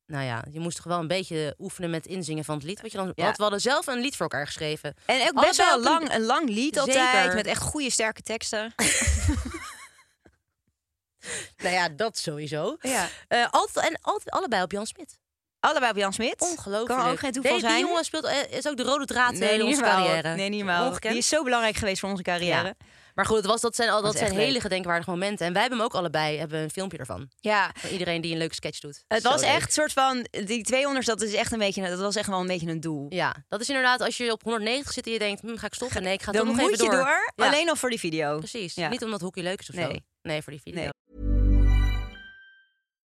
Speaker 2: Nou ja, je moest toch wel een beetje oefenen met inzingen van het lied. Wat je dan,
Speaker 1: Ja.
Speaker 2: want we hadden zelf een lied voor elkaar geschreven.
Speaker 1: En ook
Speaker 2: Hadden
Speaker 1: best
Speaker 2: wij
Speaker 1: wel
Speaker 2: ook
Speaker 1: lang,
Speaker 2: een-
Speaker 1: een lang lied altijd.
Speaker 2: Oh, Zeker.
Speaker 1: Met echt goede, sterke teksten. [laughs]
Speaker 2: Nou ja, dat sowieso.
Speaker 1: Ja.
Speaker 2: Eh, altijd, en altijd, allebei op Jan Smit.
Speaker 1: Allebei op Jan Smit.
Speaker 2: Ongelooflijk.
Speaker 1: Kan ook geen toeval
Speaker 2: Die-
Speaker 1: zijn.
Speaker 2: Die jongen speelt, eh, is ook de rode draad in
Speaker 1: nee,
Speaker 2: hele
Speaker 1: niet
Speaker 2: onze
Speaker 1: normaal.
Speaker 2: carrière.
Speaker 1: Nee, niet normaal.
Speaker 2: Ongekend.
Speaker 1: Die is zo belangrijk geweest voor onze carrière.
Speaker 2: Ja. Maar goed, het was, dat zijn, al, dat
Speaker 1: is
Speaker 2: zijn
Speaker 1: echt leuk.
Speaker 2: hele gedenkwaardige momenten. En wij hebben hem ook allebei hebben een filmpje ervan.
Speaker 1: ja.
Speaker 2: Van iedereen die een leuke sketch doet.
Speaker 1: Het
Speaker 2: Zo
Speaker 1: was
Speaker 2: leuk.
Speaker 1: echt een soort van... Die 200 dat is echt een beetje... Dat was echt wel een beetje een doel.
Speaker 2: Ja, dat is inderdaad als je op 190 zit en je denkt, hm, ga ik stoppen? Nee, ik ga
Speaker 1: Dan
Speaker 2: toch nog
Speaker 1: moet
Speaker 2: even
Speaker 1: je door.
Speaker 2: Ja.
Speaker 1: Alleen al voor die video.
Speaker 2: Precies.
Speaker 1: Ja.
Speaker 2: Niet omdat hockey leuk is of zo.
Speaker 1: Nee.
Speaker 2: Nee, voor die video.
Speaker 1: Nee.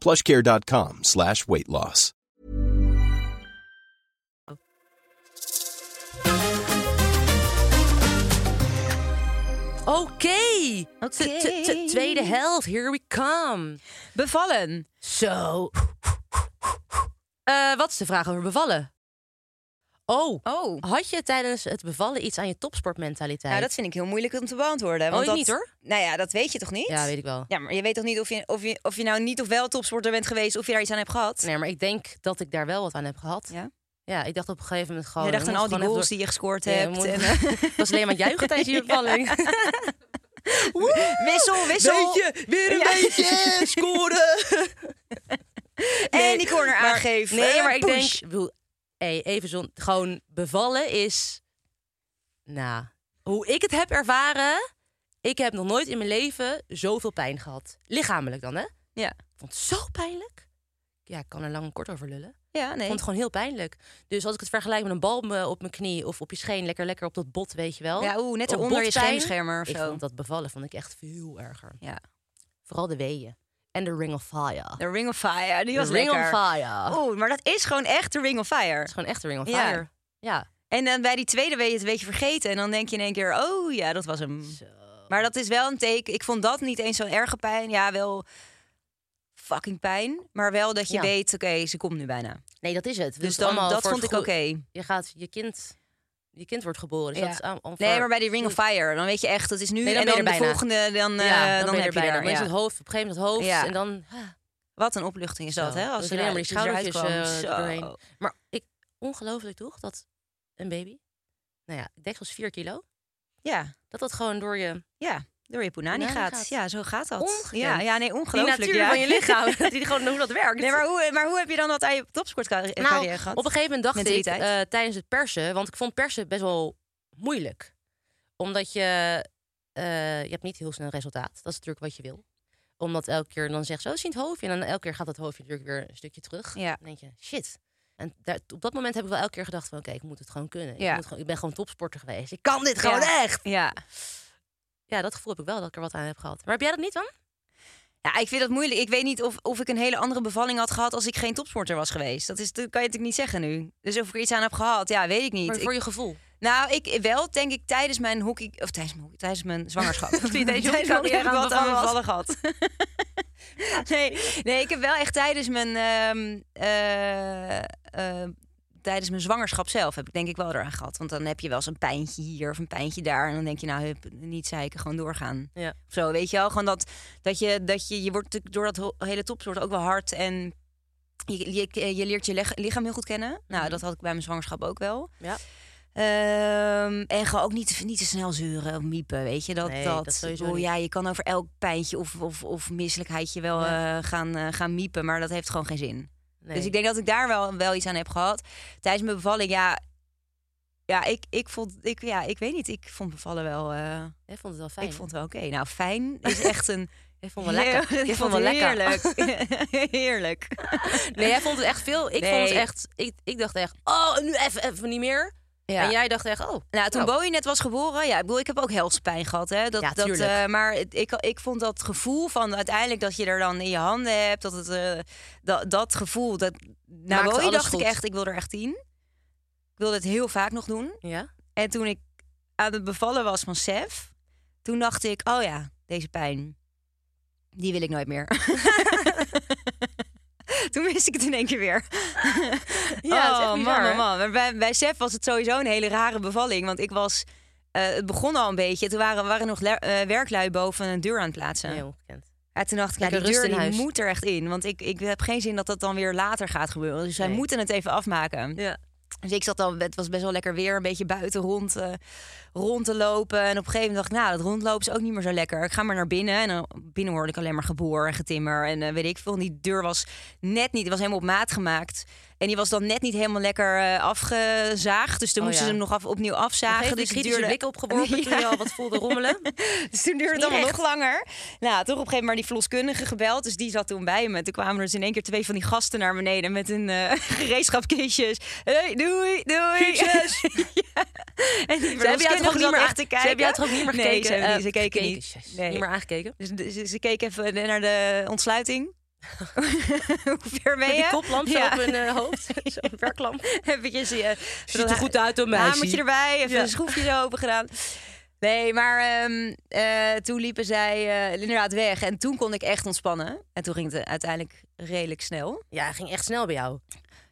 Speaker 3: plushcare.com slash weight loss.
Speaker 2: Oké.
Speaker 1: Oké.
Speaker 2: T- t- t- Tweede helft. Here we come.
Speaker 1: Bevallen.
Speaker 2: Zo. Eh, wat is de vraag over bevallen? Oh.
Speaker 1: Oh.
Speaker 2: Had je tijdens het bevallen iets aan je topsportmentaliteit?
Speaker 1: Nou, dat vind ik heel moeilijk om te beantwoorden. Want
Speaker 2: ik
Speaker 1: dat,
Speaker 2: Oh, niet, hoor.
Speaker 1: Nou ja, dat weet je toch niet?
Speaker 2: Ja, weet ik wel.
Speaker 1: Ja, maar je weet toch niet of je, of je, of je nou niet of wel topsporter bent geweest... of je daar iets aan hebt gehad?
Speaker 2: Nee, maar ik denk dat ik daar wel wat aan heb gehad.
Speaker 1: Ja?
Speaker 2: Ja, ik dacht op een gegeven moment gewoon...
Speaker 1: je dacht aan
Speaker 2: ik Oh, moet
Speaker 1: al die
Speaker 2: gewoon
Speaker 1: goals die
Speaker 2: even
Speaker 1: je gescoord
Speaker 2: door-
Speaker 1: hebt.
Speaker 2: Ja, [laughs]
Speaker 1: en,
Speaker 2: je moet- Ik was alleen maar aan het
Speaker 1: [laughs]
Speaker 2: juichen tijdens je bevalling.
Speaker 1: eh,
Speaker 2: [laughs]
Speaker 1: wissel, wissel.
Speaker 2: weer
Speaker 1: een
Speaker 2: [laughs] beetje, scoren.
Speaker 1: en die corner aangeven.
Speaker 2: Nee,
Speaker 1: Eh,
Speaker 2: maar ik
Speaker 1: push.
Speaker 2: denk, ik bedoel, hey, even zon, gewoon bevallen is, nou, hoe ik het heb ervaren, ik heb nog nooit in mijn leven zoveel pijn gehad. Lichamelijk dan, hè? Ik
Speaker 1: Ja,
Speaker 2: vond het zo pijnlijk. Ja, ik kan er lang en kort over lullen.
Speaker 1: ja
Speaker 2: Ik
Speaker 1: nee.
Speaker 2: vond het gewoon heel pijnlijk. Dus als ik het vergelijk met een bal op me- op mijn knie of op je scheen, lekker lekker op dat bot, weet je wel.
Speaker 1: Ja, oeh, net
Speaker 2: Op
Speaker 1: eronder je
Speaker 2: botpijn.
Speaker 1: schermschermer of
Speaker 2: Ik
Speaker 1: zo.
Speaker 2: vond dat bevallen vond ik echt veel erger.
Speaker 1: Ja.
Speaker 2: Vooral de weeën. En de ring of fire.
Speaker 1: De Ring of Fire, die was
Speaker 2: de ring
Speaker 1: lekker.
Speaker 2: of fire.
Speaker 1: Oeh, maar dat is gewoon echt de Ring of Fire.
Speaker 2: Het is gewoon echt de ring of
Speaker 1: Ja.
Speaker 2: fire. Ja.
Speaker 1: En dan bij die tweede ben je het een beetje vergeten. En dan denk je in één keer, oh ja, dat was hem. Maar dat is wel een teken. Ik vond dat niet eens zo'n erge pijn. Ja, wel fucking pijn. Maar wel dat je
Speaker 2: Ja.
Speaker 1: weet, oké, ze komt nu bijna.
Speaker 2: Nee, dat is het. We doen
Speaker 1: Dus
Speaker 2: het
Speaker 1: dan,
Speaker 2: allemaal
Speaker 1: dat
Speaker 2: voor het
Speaker 1: vond ik oké.
Speaker 2: goe- Je gaat je kind, je kind wordt geboren. Dus
Speaker 1: Ja.
Speaker 2: dat is allemaal voor-
Speaker 1: Nee, maar bij die Ring of Fire, dan weet je echt, dat is nu.
Speaker 2: Nee, dan
Speaker 1: en dan
Speaker 2: ben
Speaker 1: de
Speaker 2: je er bijna.
Speaker 1: volgende, dan, eh,
Speaker 2: Ja,
Speaker 1: dan, heb
Speaker 2: ben
Speaker 1: je
Speaker 2: er bijna.
Speaker 1: daar.
Speaker 2: Dan is
Speaker 1: ja.
Speaker 2: het hoofd, op een gegeven moment het hoofd.
Speaker 1: Ja.
Speaker 2: En dan... ah,
Speaker 1: Wat een opluchting is dat,
Speaker 2: zo.
Speaker 1: hè? Als
Speaker 2: is
Speaker 1: ze
Speaker 2: alleen maar die
Speaker 1: eruit- als ze eruit
Speaker 2: schoudertjes eh,
Speaker 1: kwam.
Speaker 2: er
Speaker 1: Zo.
Speaker 2: doorheen. Maar ik, ongelooflijk toch, dat een baby... Nou ja, ik denk als 4 kilo.
Speaker 1: Ja,
Speaker 2: Dat dat gewoon door je...
Speaker 1: ja. Door je punani
Speaker 2: Punani
Speaker 1: gaat.
Speaker 2: gaat.
Speaker 1: Ja, zo gaat dat.
Speaker 2: Ongekend.
Speaker 1: Ja, ja, nee,
Speaker 2: Die
Speaker 1: ongelooflijk.
Speaker 2: natuur
Speaker 1: ja.
Speaker 2: van je
Speaker 1: [laughs]
Speaker 2: lichaam. die gewoon hoe dat werkt.
Speaker 1: Nee, maar hoe, maar hoe heb je dan dat aan je topsportcarrière
Speaker 2: nou,
Speaker 1: gehad?
Speaker 2: op een gegeven moment dacht ik
Speaker 1: Mentaliteit.
Speaker 2: eh, tijdens het persen, want ik vond persen best wel moeilijk. Omdat je, eh, je hebt niet heel snel een resultaat. Dat is natuurlijk wat je wil. Omdat elke keer dan zegt zo zien het hoofdje. En dan elke keer gaat dat hoofdje natuurlijk weer een stukje terug.
Speaker 1: Ja.
Speaker 2: Dan denk je, shit. En daar, op dat moment heb ik wel elke keer gedacht van oké, ik moet het gewoon kunnen.
Speaker 1: Ja.
Speaker 2: Ik, moet gewoon, ik ben gewoon topsporter geweest. Ik kan dit gewoon
Speaker 1: Ja.
Speaker 2: echt.
Speaker 1: Ja.
Speaker 2: Ja, dat gevoel heb ik wel dat ik er wat aan heb gehad. Maar heb jij dat niet dan?
Speaker 1: Ja, ik vind dat moeilijk. Ik weet niet of, of ik een hele andere bevalling had gehad als ik geen topsporter was geweest. Dat, is, dat kan je natuurlijk niet zeggen nu. Dus of ik er iets aan heb gehad, ja, weet ik niet.
Speaker 2: Maar
Speaker 1: Ik-
Speaker 2: voor je gevoel.
Speaker 1: nou, ik wel, denk ik, tijdens mijn hockey... Of tijdens mijn, hockey- tijdens mijn
Speaker 2: [laughs]
Speaker 1: zwangerschap.
Speaker 2: je tijdens je
Speaker 1: mijn
Speaker 2: carrière
Speaker 1: heb ik
Speaker 2: aan
Speaker 1: wat
Speaker 2: bevallen was.
Speaker 1: bevallen gehad. [laughs] nee, nee, ik heb wel echt tijdens mijn... ehm, eh, eh, tijdens mijn zwangerschap zelf heb ik denk ik wel eraan gehad. Want dan heb je wel eens een pijntje hier of een pijntje daar. En dan denk je, nou, hup, niet zeiken, gewoon doorgaan.
Speaker 2: Ja.
Speaker 1: Of Zo, weet je wel? Gewoon dat, dat je... Dat je, je wordt natuurlijk door dat ho- hele topsoort ook wel hard en... Je, je, je leert je leg- lichaam heel goed kennen. Nou, dat had ik bij mijn zwangerschap ook wel.
Speaker 2: Mhm. Ja.
Speaker 1: Ehm, en gewoon ook niet, te- niet te snel zeuren of miepen, weet je. Dat,
Speaker 2: Nee, dat sowieso
Speaker 1: oh,
Speaker 2: niet.
Speaker 1: ja, je kan over elk pijntje of, of, of misselijkheidje wel eh, gaan, eh, gaan miepen, maar dat heeft gewoon geen zin.
Speaker 2: Nee.
Speaker 1: Dus ik denk dat ik daar wel, wel iets aan heb gehad. Tijdens mijn bevalling, ja, ja, ik, ik vond, ik, ja, ik weet niet, ik vond bevallen wel, eh,
Speaker 2: Jij vond het wel fijn.
Speaker 1: ik vond het wel oké. Nou, fijn is echt een...
Speaker 2: Jij [laughs] vond het wel lekker.
Speaker 1: Heel- [laughs]
Speaker 2: Jij
Speaker 1: Ik vond
Speaker 2: het
Speaker 1: het
Speaker 2: lekker.
Speaker 1: heerlijk.
Speaker 2: [laughs]
Speaker 1: heerlijk. [laughs]
Speaker 2: Nee, jij vond het echt veel. Ik vond
Speaker 1: Nee.
Speaker 2: het echt... Ik, ik dacht echt, oh, nu even, even niet meer.
Speaker 1: Ja.
Speaker 2: En jij dacht echt, oh.
Speaker 1: Nou, toen
Speaker 2: Nou.
Speaker 1: Bowie net was geboren, ja, ik bedoel, ik heb ook helspijn gehad. Hè? Dat,
Speaker 2: Ja,
Speaker 1: dat,
Speaker 2: tuurlijk.
Speaker 1: eh, maar het- ik, ik vond dat gevoel van uiteindelijk dat je er dan in je handen hebt, dat, het, eh, dat, dat gevoel, dat, na
Speaker 2: Maakte
Speaker 1: Bowie
Speaker 2: alles
Speaker 1: dacht
Speaker 2: goed.
Speaker 1: ik echt, ik wil er echt tien. Ik wilde het heel vaak nog doen.
Speaker 2: Ja?
Speaker 1: En toen ik aan het bevallen was van Sef, toen dacht ik, oh ja, deze pijn, die wil ik nooit meer. [laughs] toen wist ik het in één keer weer.
Speaker 2: [laughs] Ja, het is echt
Speaker 1: oh,
Speaker 2: bizar,
Speaker 1: man,
Speaker 2: hè?
Speaker 1: man, man. Maar bij, bij Sef was het sowieso een hele rare bevalling, want ik was... eh, het begon al een beetje. Toen waren, waren nog le- eh, werklui boven een deur aan het plaatsen.
Speaker 2: Nee, ongekend.
Speaker 1: Ja, toen dacht ik, ja,
Speaker 2: Lekker
Speaker 1: die deur
Speaker 2: rust in
Speaker 1: die
Speaker 2: huis.
Speaker 1: moet er echt in. Want ik, ik heb geen zin dat dat dan weer later gaat gebeuren. Dus zij
Speaker 2: Nee.
Speaker 1: moeten het even afmaken.
Speaker 2: Ja.
Speaker 1: Dus ik zat al, het was best wel lekker weer, een beetje buiten rond, eh, rond te lopen. En op een gegeven moment dacht ik, nou, dat rondlopen is ook niet meer zo lekker. Ik ga maar naar binnen. En dan binnen hoorde ik alleen maar geboor en getimmer en eh, weet ik veel. En die deur was net niet, die was helemaal op maat gemaakt. En die was dan net niet helemaal lekker eh, afgezaagd. Dus toen
Speaker 2: Oh,
Speaker 1: moesten
Speaker 2: ja.
Speaker 1: ze hem nog af, opnieuw afzagen.
Speaker 2: Even die
Speaker 1: Dus het
Speaker 2: kritische
Speaker 1: duurde-
Speaker 2: blik [laughs] opgeworpen toen je
Speaker 1: [laughs] Ja.
Speaker 2: al wat voelde [laughs] rommelen.
Speaker 1: Dus toen duurde het
Speaker 2: Niet
Speaker 1: allemaal
Speaker 2: echt.
Speaker 1: nog langer. Nou, toch op een gegeven moment maar die verloskundige gebeld. Dus die zat toen bij me. Toen kwamen er dus in één keer twee van die gasten naar beneden met hun eh [laughs] gereedschapkistjes. Hey, doei, doei.
Speaker 2: Succes.
Speaker 1: [laughs] Ja. En die
Speaker 2: Ze hebben jou toch ook
Speaker 1: verloskundige
Speaker 2: niet
Speaker 1: zat
Speaker 2: meer
Speaker 1: echt te kijken.
Speaker 2: Ze hebben jou toch ook niet meer gekeken?
Speaker 1: Nee, ze, hebben
Speaker 2: Eh,
Speaker 1: niet- ze keken
Speaker 2: gekeken,
Speaker 1: niet.
Speaker 2: jezus.
Speaker 1: Nee.
Speaker 2: Niet meer aangekeken?
Speaker 1: Dus, dus- dus ze keken even naar de
Speaker 2: [laughs]
Speaker 1: ontsluiting. Hoe ver ben
Speaker 2: Met
Speaker 1: je?
Speaker 2: die koplamp zo
Speaker 1: Ja.
Speaker 2: op hun eh, [laughs] hoofd. Zo'n werklamp.
Speaker 1: [laughs] Eventjes, eh,
Speaker 2: [laughs] Ziet er goed uit, hoor, meisje.
Speaker 1: Hamertje erbij, even
Speaker 2: Ja.
Speaker 1: een schroefje zo open gedaan. Nee, maar ehm, eh, toen liepen zij eh, inderdaad weg. En toen kon ik echt ontspannen. En toen ging het eh, uiteindelijk redelijk snel.
Speaker 2: Ja, het ging echt snel bij jou.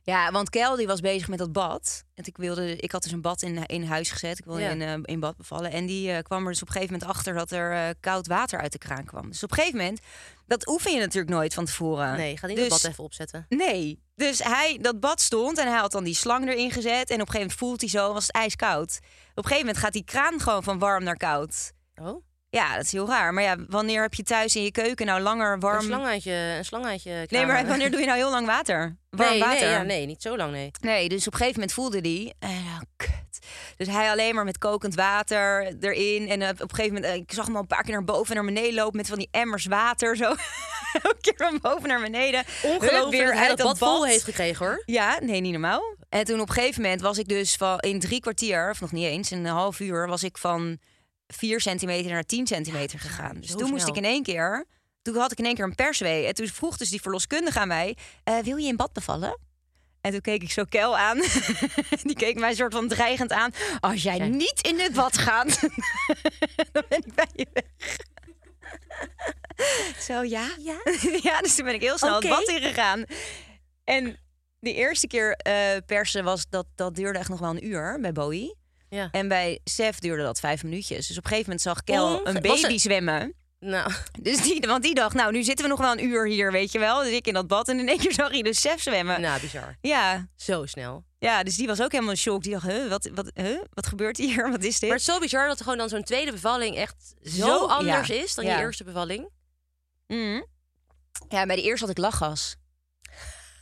Speaker 1: Ja, want Kel die was bezig met dat bad. Want ik, wilde, ik had dus een bad in, in huis gezet. Ik wilde
Speaker 2: Ja.
Speaker 1: in, eh, in bad bevallen. En die eh, kwam er dus op een gegeven moment achter dat er eh, koud water uit de kraan kwam. Dus op een gegeven moment, dat oefen je natuurlijk nooit van tevoren.
Speaker 2: Nee, ga niet
Speaker 1: dus,
Speaker 2: dat bad even opzetten.
Speaker 1: Nee. Dus hij, dat bad stond en hij had dan die slang erin gezet. En op een gegeven moment voelt hij zo, was het ijskoud. Op een gegeven moment gaat die kraan gewoon van warm naar koud.
Speaker 2: Oh,
Speaker 1: Ja, dat is heel raar. Maar ja, wanneer heb je thuis in je keuken nou langer warm...
Speaker 2: een slang uit je, een slang uit je
Speaker 1: Nee, maar
Speaker 2: kamer.
Speaker 1: wanneer doe je nou heel lang water? Warm
Speaker 2: nee,
Speaker 1: water?
Speaker 2: Nee, ja, nee, niet zo lang, nee.
Speaker 1: Nee, dus op een gegeven moment voelde die. En oh, kut. Dus hij alleen maar met kokend water erin. En eh, op een gegeven moment, eh, ik zag hem al een paar keer naar boven en naar beneden lopen met van die emmers water. Zo [laughs] elke keer van boven naar beneden. Hup,
Speaker 2: Ongelooflijk dat hij dat bad vol heeft gekregen, hoor.
Speaker 1: Ja, nee, niet normaal. En toen op een gegeven moment was ik dus van in drie kwartier, of nog niet eens, in een half uur, was ik van 4 centimeter naar 10 centimeter gegaan. Dus
Speaker 2: zo
Speaker 1: toen moest
Speaker 2: snel.
Speaker 1: ik in één keer, toen had ik in één keer een perswee. En toen vroeg dus die verloskundige aan mij, eh, wil je in bad bevallen? En toen keek ik zo Kel aan. [laughs] Die keek mij soort van dreigend aan. Als jij
Speaker 2: Zei-
Speaker 1: niet in het bad
Speaker 2: [laughs]
Speaker 1: gaat, dan ben ik bij je weg. Zo, ja? Ja? [laughs] ja, dus toen ben ik heel snel
Speaker 2: Oké.
Speaker 1: het bad ingegaan. En de eerste keer eh, persen was dat, dat duurde echt nog wel een uur bij Bowie.
Speaker 2: Ja.
Speaker 1: En bij Sef duurde dat vijf minuutjes. Dus op een gegeven moment zag Kel
Speaker 2: Onge-
Speaker 1: een
Speaker 2: was
Speaker 1: baby
Speaker 2: er-
Speaker 1: zwemmen.
Speaker 2: Nou,
Speaker 1: Dus die, want die dacht, nou, nu zitten we nog wel een uur hier, weet je wel. Dus ik in dat bad en in één keer zag hij dus Sef zwemmen.
Speaker 2: [laughs] nou, bizar.
Speaker 1: Ja,
Speaker 2: Zo snel.
Speaker 1: ja, dus die was ook helemaal in shock. Die dacht, huh, wat, wat, huh, wat gebeurt hier? [laughs] Wat is dit?
Speaker 2: Maar het is zo bizar dat gewoon dan zo'n tweede bevalling echt zo,
Speaker 1: Zo, ja.
Speaker 2: anders is dan je
Speaker 1: Ja.
Speaker 2: eerste bevalling.
Speaker 1: Mm. Ja, bij de eerste had ik lachgas.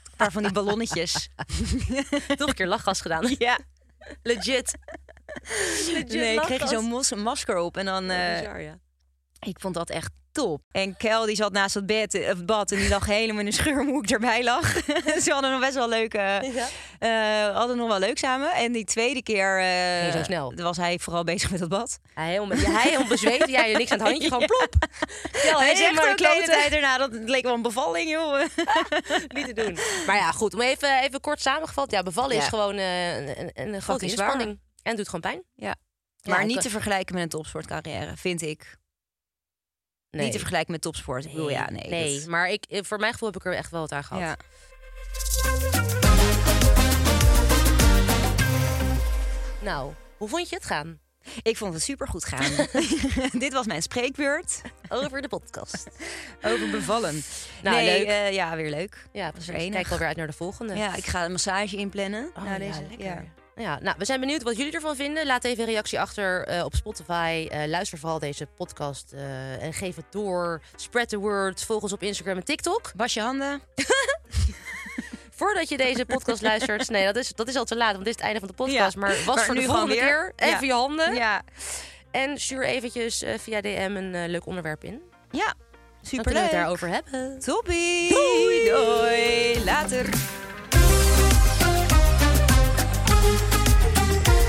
Speaker 1: Een paar van die
Speaker 2: [laughs]
Speaker 1: ballonnetjes.
Speaker 2: Toch een keer lachgas gedaan.
Speaker 1: [laughs] ja.
Speaker 2: Legit. Legit
Speaker 1: Nee, kreeg je
Speaker 2: lachgas.
Speaker 1: zo'n mos- masker op en dan...
Speaker 2: Zo
Speaker 1: eh,
Speaker 2: bizar, ja.
Speaker 1: Ik vond dat echt top. En Kel die zat naast het bed, eh, het bad en die lag helemaal [laughs] in een schuurmoe ik erbij lag. [laughs] Ze hadden nog best wel leuk, eh, eh, hadden nog wel leuk samen. En die tweede keer eh,
Speaker 2: Ging zo snel.
Speaker 1: was hij vooral bezig met dat bad.
Speaker 2: Hij helemaal, ja, hij helemaal bezweet, jij niks aan
Speaker 1: [laughs]
Speaker 2: het handje, gewoon plop. Ja,
Speaker 1: hij zegt
Speaker 2: helemaal
Speaker 1: ook de hele
Speaker 2: kloten.
Speaker 1: tijd daarna, dat het leek wel een bevalling joh.
Speaker 2: niet te doen. [laughs] Maar ja, goed, om even, even kort samengevat. Ja, bevallen
Speaker 1: Ja.
Speaker 2: is gewoon eh, een, een, een grote
Speaker 1: Fucking zwaar.
Speaker 2: inspanning. En doet gewoon pijn.
Speaker 1: Ja.
Speaker 2: Ja,
Speaker 1: Maar
Speaker 2: ik-
Speaker 1: niet te vergelijken met een topsportcarrière, vind ik.
Speaker 2: Nee.
Speaker 1: Niet te vergelijken met topsport. Ik bedoel, ja, nee.
Speaker 2: nee.
Speaker 1: dat-
Speaker 2: Maar ik, eh, voor mijn gevoel heb ik er echt wel wat aan gehad.
Speaker 1: ja.
Speaker 2: Nou, hoe vond je het gaan?
Speaker 1: Ik vond het supergoed gaan.
Speaker 2: [laughs]
Speaker 1: [laughs] Dit was mijn spreekbeurt
Speaker 2: Over de podcast.
Speaker 1: over bevallen.
Speaker 2: [laughs] Nou,
Speaker 1: nee,
Speaker 2: leuk.
Speaker 1: eh, ja, weer leuk.
Speaker 2: Ja,
Speaker 1: Dat is
Speaker 2: precies.
Speaker 1: er enig.
Speaker 2: Kijk alweer uit naar de volgende.
Speaker 1: Ja, ik ga een massage inplannen.
Speaker 2: Oh,
Speaker 1: na
Speaker 2: ja,
Speaker 1: Nou, deze.
Speaker 2: lekker. Ja, nou, we zijn benieuwd wat jullie ervan vinden. Laat even een reactie achter eh, op Spotify. Eh, luister vooral deze podcast eh, en geef het door. Spread the word. Volg ons op Instagram en TikTok.
Speaker 1: Was je handen?
Speaker 2: Voordat je deze podcast luistert. Nee, dat is, dat is al te laat, want dit is het einde van de podcast.
Speaker 1: Ja,
Speaker 2: Maar was
Speaker 1: maar
Speaker 2: voor de
Speaker 1: nu gewoon
Speaker 2: volgende keer.
Speaker 1: weer.
Speaker 2: Even
Speaker 1: Ja.
Speaker 2: je handen.
Speaker 1: Ja.
Speaker 2: En stuur eventjes eh, via DM een eh, leuk onderwerp in.
Speaker 1: Ja,
Speaker 2: Dan kunnen we
Speaker 1: superleuk.
Speaker 2: het daarover hebben.
Speaker 1: Toppie. Doei. Doei. Later.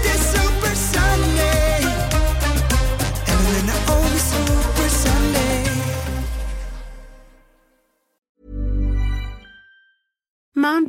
Speaker 4: This Super Sunday. Evelina Owen Super Sunday.
Speaker 5: Mom